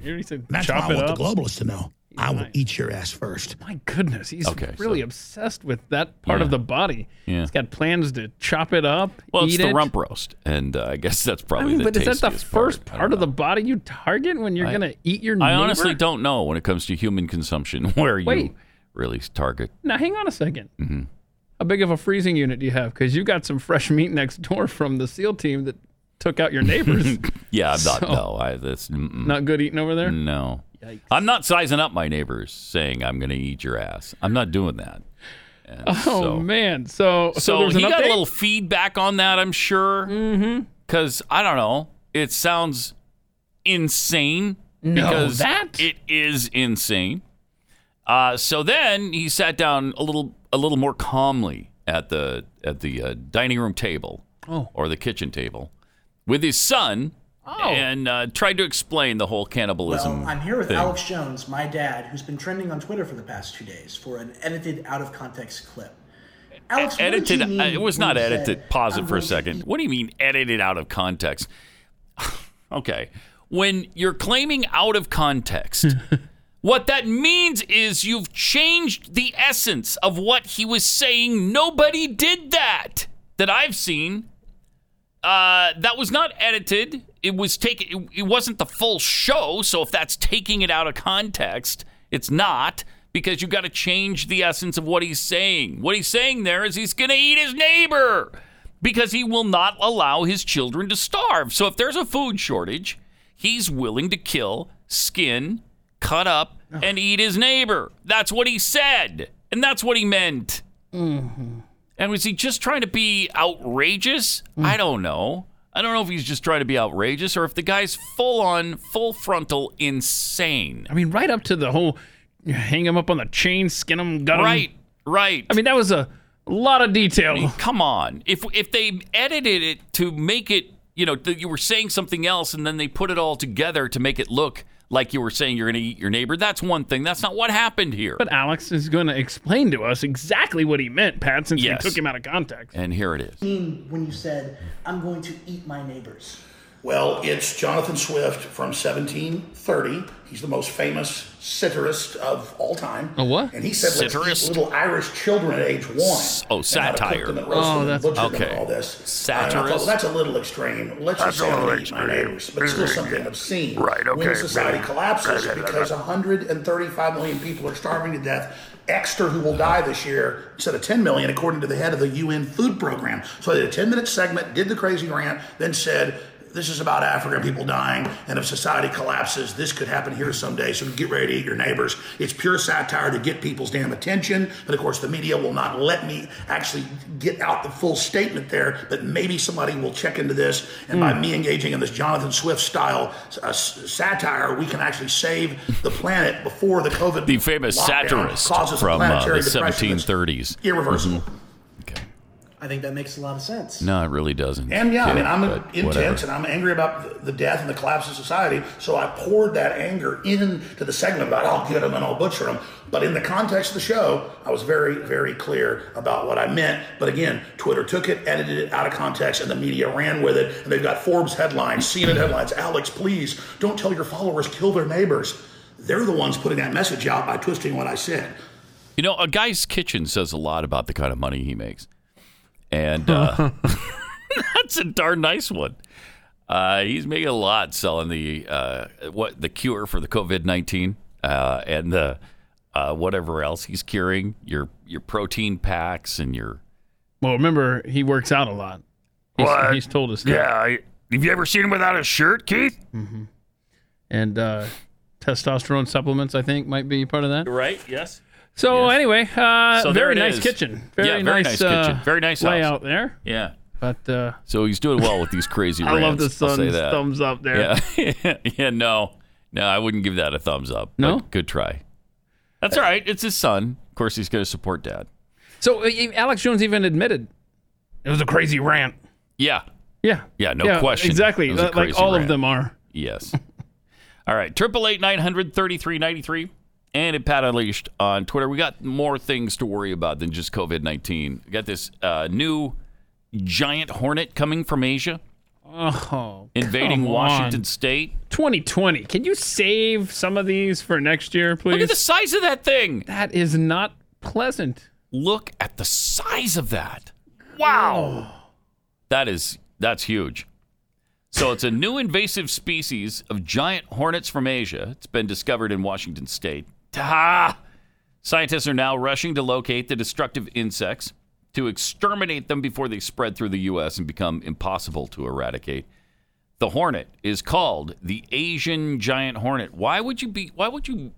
You already said That's chop what I it want up. the globalists to know. I will eat your ass first. My goodness, he's Okay, really obsessed with that part Yeah. of the body. Yeah. He's got plans to chop it up. Well, eat it's the it. rump roast, and uh, I guess that's I probably mean, the but is that the tastiest first I part of the body you target when you're I- gonna eat your? I neighbor? honestly don't know when it comes to human consumption where Wait. you really target. Now, hang on a 2nd Mm-hmm. How big of a freezing unit do you have? Because you got some fresh meat next door from the SEAL team that took out your neighbors. Yeah, I'm not. So- no, I, that's mm-mm. Not good eating over there. No, I'm not sizing up my neighbors, saying I'm going to eat your ass. I'm not doing that. And Oh so, man. So so, so there was he an got a update? Mm-hmm. little feedback on that, I'm sure. Because I don't know, it sounds insane. No, because that- it is insane. Uh, so then he sat down a little a little more calmly at the at the uh, dining room table Oh. or the kitchen table with his son and uh, tried to explain the whole cannibalism. Well, I'm here with thing. Alex Jones, my dad, who's been trending on Twitter for the past two days for an edited, out of context clip. Alex, what did edited. you mean uh, it was when not you said, edited. Pause "I'm it for a going to second. What do you mean edited out of context? okay. When you're claiming out of context, what that means is you've changed the essence of what he was saying. Nobody did that that I've seen. Uh, that was not edited. It was taken. It, it wasn't the full show. So if that's taking it out of context, it's not because you got to change the essence of what he's saying. What he's saying there is he's going to eat his neighbor because he will not allow his children to starve. So if there's a food shortage, he's willing to kill, skin, cut up, and eat his neighbor. That's what he said, and that's what he meant. And was he just trying to be outrageous? Mm. I don't know. I don't know if he's just trying to be outrageous or if the guy's full on, full frontal insane. I mean, right up to the whole hang him up on the chain, skin him, gut him. Right, right. Um, I mean, that was a lot of detail. Come on. If if they edited it to make it, you know, that you were saying something else and then they put it all together to make it look like you were saying you're going to eat your neighbor, that's one thing. That's not what happened here. But Alex is going to explain to us exactly what he meant, Pat, since Yes. we took him out of context. Mm. And here it is. mean when you said, I'm going to eat my neighbors? Well, it's Jonathan Swift from 1730. He's the most famous satirist of all time. A what? And he said, "Let's Satirist? eat little Irish children at age one." S- oh, and how to cook satire. them and roast Oh, them and that's- butcher them and okay. all this. And I thought, Satirist? well, that's a little extreme. Let's That's just say a I'm little gonna eat my extreme. neighbors, but still something obscene. Right, When okay, the society right. collapses Right, right, right, because right. 135 million people are starving to death. Extra who will die this year instead of 10 million, according to the head of the UN food program. So I did a 10 minute segment, did the crazy rant, then said, This is about African people dying, and if society collapses, this could happen here someday. So get ready to eat your neighbors. It's pure satire to get people's damn attention. But of course, the media will not let me actually get out the full statement there. But maybe somebody will check into this, and by Hmm. me engaging in this Jonathan Swift style uh, s- satire, we can actually save the planet before the COVID The famous lockdown satirist causes from uh, the planetary depression that's 1730s. Irreversible. Mhm. I think that makes a lot of sense. No, it really doesn't. And yeah, I mean, I'm but intense whatever. and I'm angry about the, the death and the collapse of society. So I poured that anger into the segment about I'll get them and I'll butcher them. But in the context of the show, I was very, very clear about what I meant. But again, Twitter took it, edited it out of context, and the media ran with it. And they've got Forbes headlines, CNN headlines. Alex, please don't tell your followers kill their neighbors. They're the ones putting that message out by twisting what I said. You know, a guy's kitchen says a lot about the kind of money he makes, and uh, that's a darn nice one. Uh, he's making a lot selling the uh, what the cure for the COVID nineteen uh, and the uh, whatever else he's curing your your protein packs and your Well, remember he works out a lot. He's, he's told us that. have you ever seen him without a shirt, Keith? hmm And uh, testosterone supplements, I think, might be part of that. Right? Yes. So anyway, uh, So there very it nice is. kitchen. Very, Yeah, very nice, nice uh, kitchen. Very nice house. layout there. Yeah. But uh, So he's doing well with these crazy I rants. love the I'll say sun's that. thumbs up there. Yeah. yeah, no. No, I wouldn't give that a thumbs up. No? But good try. That's all right. It's his son. Of course, he's going to support dad. so uh, e- Alex Jones even admitted it was a crazy rant. Yeah. Yeah. Yeah, no Yeah, question. Exactly. It was a Uh, like crazy all of rant. them are. Yes. all right. Triple eight nine hundred thirty three ninety three. And at Pat Unleashed on Twitter, we got more things to worry about than just COVID nineteen. We got this uh, new giant hornet coming from Asia, Oh, invading come Washington on. State. 2020. Can you save some of these for next year, please? Look at the size of that thing. That is not pleasant. Look at the size of that. Wow. That is that's huge. So it's a new invasive species of giant hornets from Asia. It's been discovered in Washington state. Ta! Scientists are now rushing to locate the destructive insects to exterminate them before they spread through the US and become impossible to eradicate. The hornet is called the Asian giant hornet. Why would you be why would you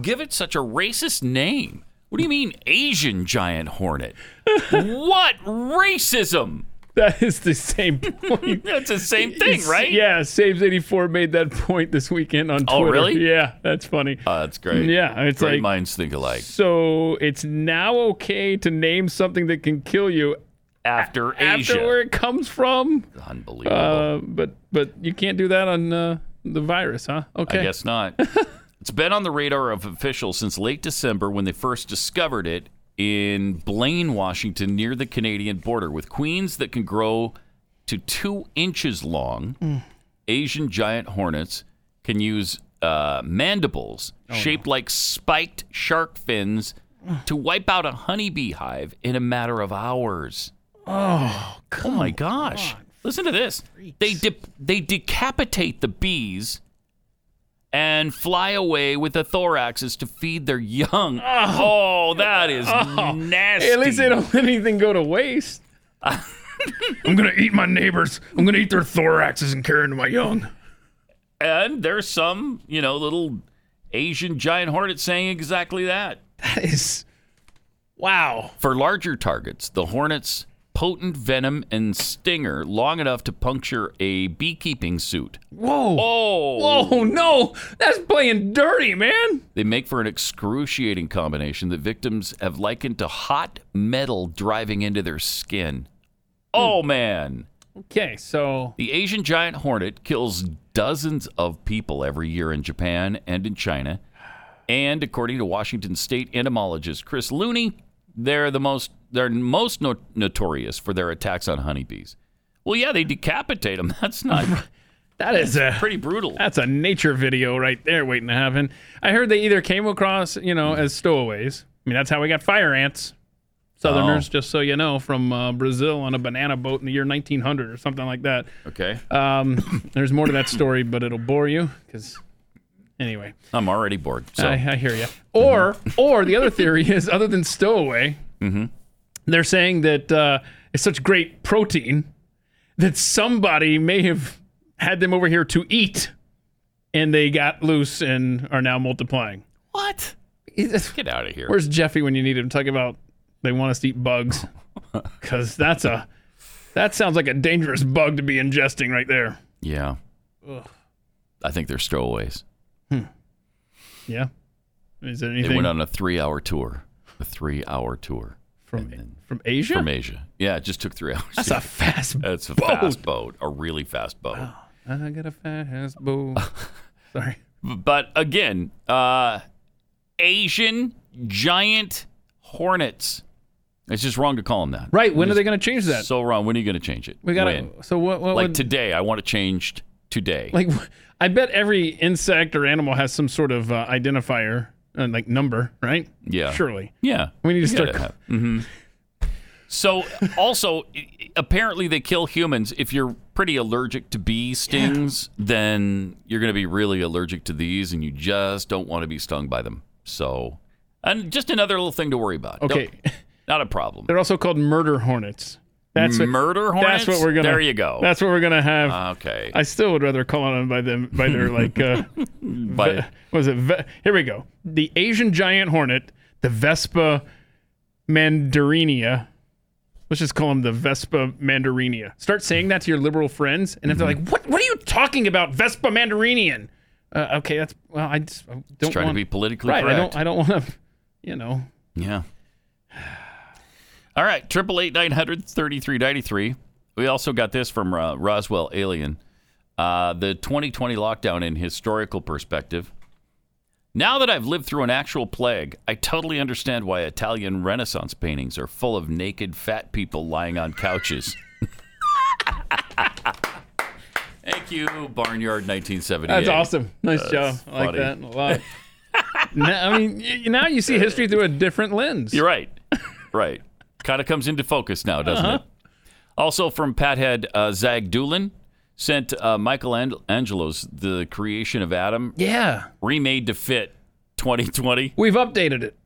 give it such a racist name? What do you mean Asian giant hornet? what racism? That is the same point. That's the same thing, It's- right? Yeah, Saves84 made that point this weekend on Oh, Twitter. really? Yeah, that's funny. Oh, that's great. Yeah, it's great like- minds think alike. So it's now okay to name something that can kill you After Asia. after where it comes from. Unbelievable. Uh, but but you can't do that on uh, the virus, huh? Okay. I guess not. it's been on the radar of officials since late December when they first discovered it in Blaine, Washington, near the Canadian border, with queens that can grow to two inches long. Asian giant hornets can use uh, mandibles shaped like spiked shark fins to wipe out a honeybee hive in a matter of hours. Oh, Oh my gosh. Listen to this. They de- they decapitate the bees and fly away with the thoraxes to feed their young. Oh, that is Oh. nasty. At least they don't let anything go to waste. I'm going to eat my neighbors. I'm gonna eat their thoraxes and carry into my young. And there's some, you know, little Asian giant hornet saying exactly that. That is wow. For larger targets, the hornet's potent venom and stinger long enough to puncture a beekeeping suit. Whoa. Oh. Whoa, no. That's playing dirty, man. They make for an excruciating combination that victims have likened to hot metal driving into their skin. Hmm. Oh, man. Okay, so The Asian giant hornet kills dozens of people every year in Japan and in China. And according to Washington State entomologist Chris Looney, they're the most they're most no- notorious for their attacks on honeybees. Well, yeah, they decapitate them. That's not That is a pretty brutal. That's a nature video right there waiting to happen. I heard they either came across, you know, as stowaways. I mean, that's how we got fire ants. Southerners, Oh. just so you know, from uh, Brazil on a banana boat in the year 1900 or something like that. Okay. Um, there's more to that story, but it'll bore you because anyway. I'm already bored. So. I, I hear you. Or, or the other theory is, other than stowaway, hmm they're saying that uh, it's such great protein that somebody may have had them over here to eat, and they got loose and are now multiplying. What? Get out of here. Where's Jeffy when you need him? Talk about they want us to eat bugs, because that's a that sounds like a dangerous bug to be ingesting right there. Yeah. Ugh. I think they're stowaways. Yeah. Is there They anything went on a three-hour tour. A three-hour tour from from Asia? from Asia. Yeah, it just took three hours. That's a fast That's a boat. fast boat. A really fast boat. I got a fast boat. Sorry. But again, uh, Asian giant hornets. It's just wrong to call them that. Right, when are It's they gonna change that? So wrong. When are you going to change it? We got When? to. So what? What like would, today. I want it changed today. Like, I bet every insect or animal has some sort of uh, identifier, uh, like number, right? Yeah. Surely. Yeah. We need to You gotta start. have- mhm. So, also, i- i- apparently, they kill humans. If you're pretty allergic to bee stings, then you're going to be really allergic to these, and you just don't want to be stung by them. So, and just another little thing to worry about. Don't- Okay. not a problem. They're also called murder hornets. That's what- Murder hornets? That's what we're gonna. There you go. Uh, That's what we're gonna have. okay. I still would rather call on them by them by their like. Uh, By- ve- what is it? Ve- here we go. The Asian giant hornet, the Vespa mandarinia. Let's just call them the Vespa mandarinia. Start saying that to your liberal friends, and if they're Mm-hmm. like, "What? What are you talking about, Vespa mandarinian?" Uh, okay, that's well. I just I don't Just trying want- to be politically right, correct. I don't. I don't want to. You know. Yeah. All right, triple eight nine hundred thirty three ninety three. We also got this from uh, Roswell Alien. Uh, the 2020 lockdown in historical perspective. Now that I've lived through an actual plague, I totally understand why Italian Renaissance paintings are full of naked fat people lying on couches. Thank you, Barnyard 1978. That's awesome. Nice That's job. I like funny. that a lot. now, I mean, y- now you see history through a different lens. You're right. Right. kind of comes into focus now, doesn't Uh-huh. it? Also from Pathead uh, Zagdulin sent uh, Michelangelo's The Creation of Adam. Yeah. Remade to fit 2020. We've updated it.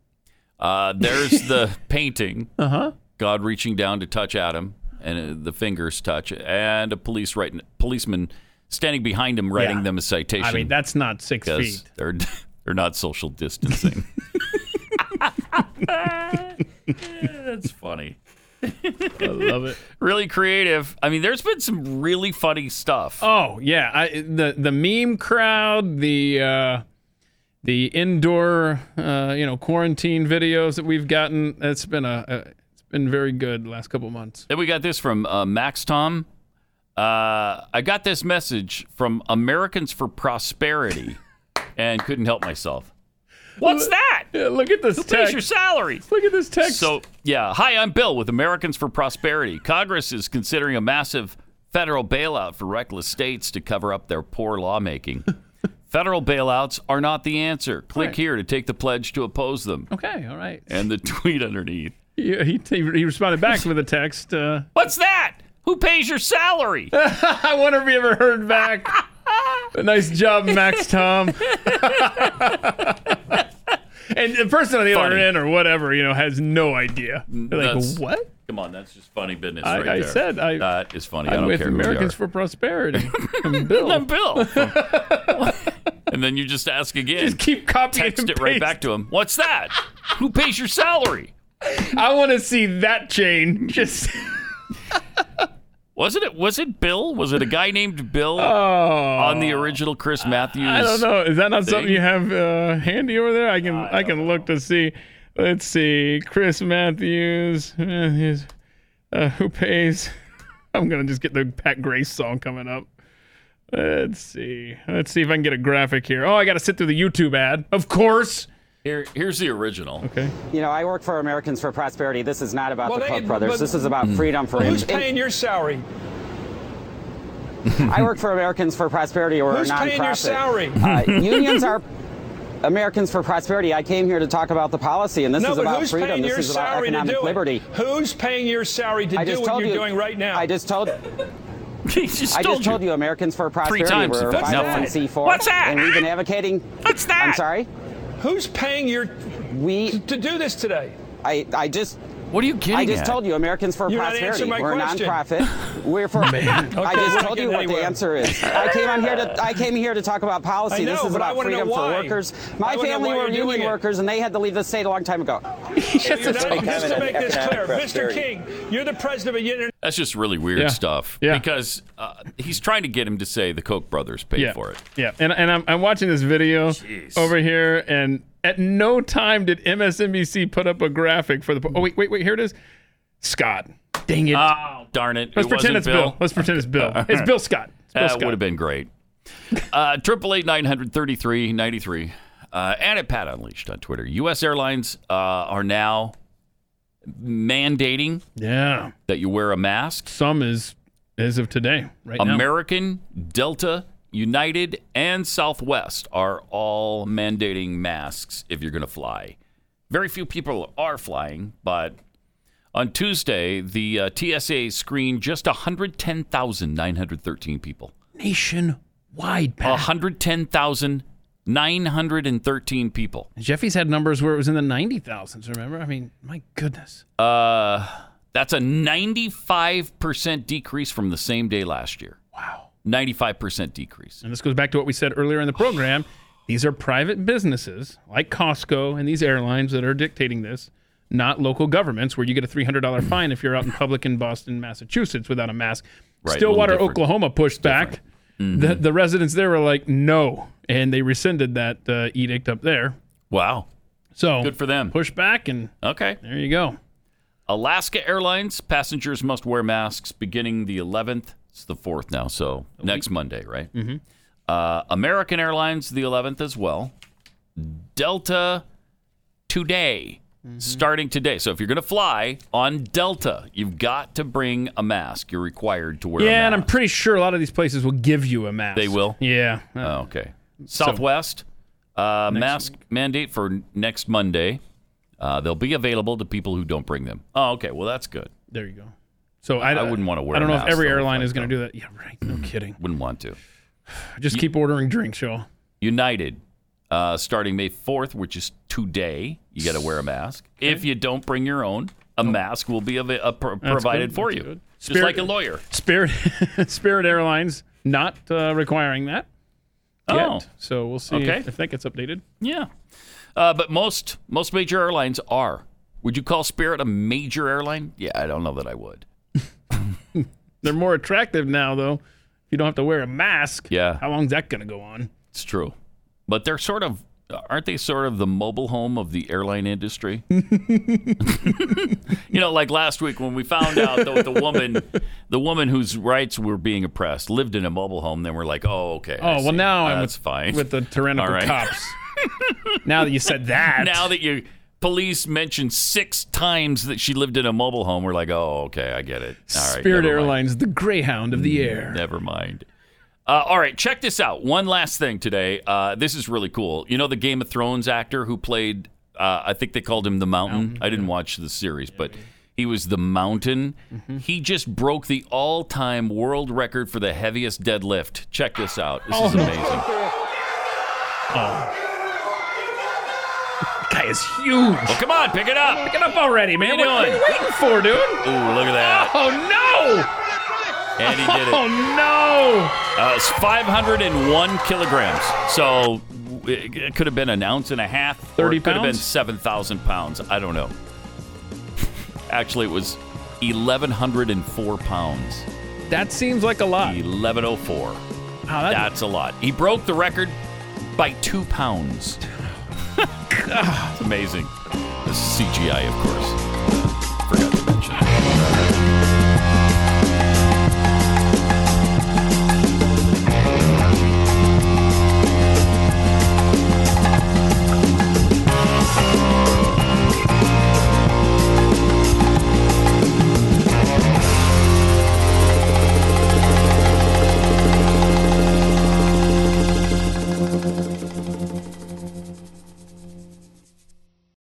Uh, there's the painting. Uh huh. God reaching down to touch Adam, and uh, the fingers touch, and a police right, policeman standing behind him writing Yeah. them a citation. I mean, that's not six 'cause feet. They're they're not social distancing. That's funny. I love it. Really creative. I mean, there's been some really funny stuff. Oh yeah, I, the the meme crowd, the uh, the indoor uh, you know quarantine videos that we've gotten. It's been a, a it's been very good the last couple months. Then we got this from uh, Max Tom. Uh, I got this message from Americans for Prosperity, and couldn't help myself. What's that? look at this Who pays text. your salary? Look at this text. So, yeah. Hi, I'm Bill with Americans for Prosperity. Congress is considering a massive federal bailout for reckless states to cover up their poor lawmaking. federal bailouts are not the answer. Click Right. here to take the pledge to oppose them. okay, all right. And the tweet underneath. He, he, he responded back with a text. Uh, What's that? Who pays your salary? I wonder if he ever heard back. nice job, Max Tom. and the person on the other Funny. end or whatever, you know, has no idea. They're like, That's- what? Come on, that's just funny business I- right I there. said I- that is funny. I I'm don't with care Americans who for Prosperity. I'm Bill. I'm Bill. you are. And then you just ask again. Just keep copying Text and it right back to him. What's that? Who pays your salary? I want to see that chain. Just Wasn't it? Was it Bill? Was it a guy named Bill on the original Chris Matthews? Oh. I don't know. Is that not thing? something you have uh, handy over there? I can I, can look to see. Let's see, Chris Matthews, Matthews, uh, who pays? I'm gonna just get the Pat Grace song coming up. Let's see. Let's see if I can get a graphic here. Oh, I got to sit through the YouTube ad, of course. Here, here's the original. Okay. You know, I work for Americans for Prosperity. This is not about Well, the they- Hmm. Koch brothers. but- This is about freedom for Who's in- in- paying your salary? I work for Americans for Prosperity. We're Who's a nonprofit. paying your salary? Uh, unions are Americans for Prosperity. I came here to talk about the policy, and this no, is but about who's freedom. paying This your is about salary to economic do liberty. it? Who's paying your salary to I do just what told you're you- doing right now? I just told. I told just told you, Americans for Prosperity. times We're you've done that. 501c4. What's that? And we've been advocating. What's that? I'm sorry. Who's paying your we to do this today? I I just. What are you I getting just at? told you, Americans for You're not Prosperity. answering my We're question. a nonprofit. We're for. Man. Okay, I we're just not told you getting what the anywhere. answer is. I came on here to. I came here to talk about policy. I know, this is but I about wanna know freedom for why. I workers. My wanna know family why were you're doing union it. workers, and they had to leave the state a long time ago. You're not- just to make this clear, Mr. King, you're the president of a union. That's just really weird Yeah. stuff. Yeah. Because uh, he's trying to get him to say the Koch brothers paid for it. Yeah, and and I'm, I'm watching this video over here, and at no time did MSNBC put up a graphic for the. Oh wait, wait, wait! Here it is. Scott, dang it! Oh, darn it. Let's It pretend wasn't it's Bill. Bill. Let's pretend it's Bill. Okay. It's Bill Scott. It's Bill That Scott. would have been great. Uh, Triple eight nine hundred thirty three ninety three, and at Pat Unleashed on Twitter. U.S. airlines uh, are now mandating yeah that you wear a mask. Some is as of today, right now. American, Delta, United, and Southwest are all mandating masks if you're going to fly. Very few people are flying, but on Tuesday, the uh, TSA screened just 110,913 people. Nationwide, Pat. 110,913 people. Jeffy's had numbers where it was in the ninety thousands. Remember? I mean, my goodness. Uh, that's a 95% decrease from the same day last year. Wow. 95% decrease. And this goes back to what we said earlier in the program. These are private businesses like Costco and these airlines that are dictating this, not local governments where you get a $300 fine if you're out in public in Boston, Massachusetts without a mask. Right, a little Stillwater, different. Mm-hmm. Oklahoma pushed back. The, the residents there were like, no. And they rescinded that uh, edict up there. Wow. So Good for them. Push back and Okay. there you go. Alaska Airlines passengers must wear masks beginning the 11th. It's the 4th now, so next Monday, right? Mm-hmm. Uh, American Airlines, the 11th as well. Delta today, Mm-hmm. starting today. So if you're going to fly on Delta, you've got to bring a mask. You're required to wear yeah, a and mask. I'm pretty sure a lot of these places will give you a mask. They will? Yeah. Uh, Oh, okay. Southwest, uh, mask mandate for next Monday. Uh, they'll be available to people who don't bring them. Oh, okay. Well, that's good. There you go. So I, I, wouldn't want to wear I don't a know mask, if every though, airline I is going to don't. do that. Yeah, right. No kidding. Wouldn't want to. Just keep ordering drinks, y'all. United, uh, starting May 4th, which is today, you got to wear a mask. If you don't bring your own, a mask will be av- uh, pro- That's provided good. for That's you. good. Just like a lawyer. Spirit, Spirit Airlines not uh, requiring that. yet. Oh. so we'll see Okay. if, if that gets updated. Yeah. Uh, but most most major airlines are. Would you call Spirit a major airline? Yeah, I don't know that I would. They're more attractive now, though. You don't have to wear a mask. Yeah. How long's that going to go on? It's true. But they're sort of aren't they sort of the mobile home of the airline industry? you know, like last week when we found out that the woman the woman whose rights were being oppressed lived in a mobile home, then we're like, "Oh, okay." I oh see. well, now I'm that's with, fine. with the tyrannical All right. cops. now that you said that, Now that you police mentioned 6 times that she lived in a mobile home, we're like, "Oh, okay, I get it." All right. Spirit never mind. Mm, Airlines, the Greyhound of the air. Never mind. Uh, all right, check this out. One last thing today. Uh, this is really cool. You know the Game of Thrones actor who played, uh, I think they called him the Mountain. I didn't watch the series, but he was the Mountain. Mm-hmm. He just broke the all time world record for the heaviest deadlift. Check this out. This is Oh. amazing. Oh. Guy is huge. Well, come on, pick it up. Pick it up already, man. What are you What are you waiting for, dude? Ooh, look at that. Oh no! And he did it. Oh no! Uh, it's 501 kilograms. So it it could have been an ounce and a half. or 30 it could have been pounds? 7,000 pounds. I don't know. Actually, it was 1,104 pounds. That seems like a lot. 1,104. Wow, that- That's a lot. He broke the record by two pounds. it's amazing. This is CGI, of course.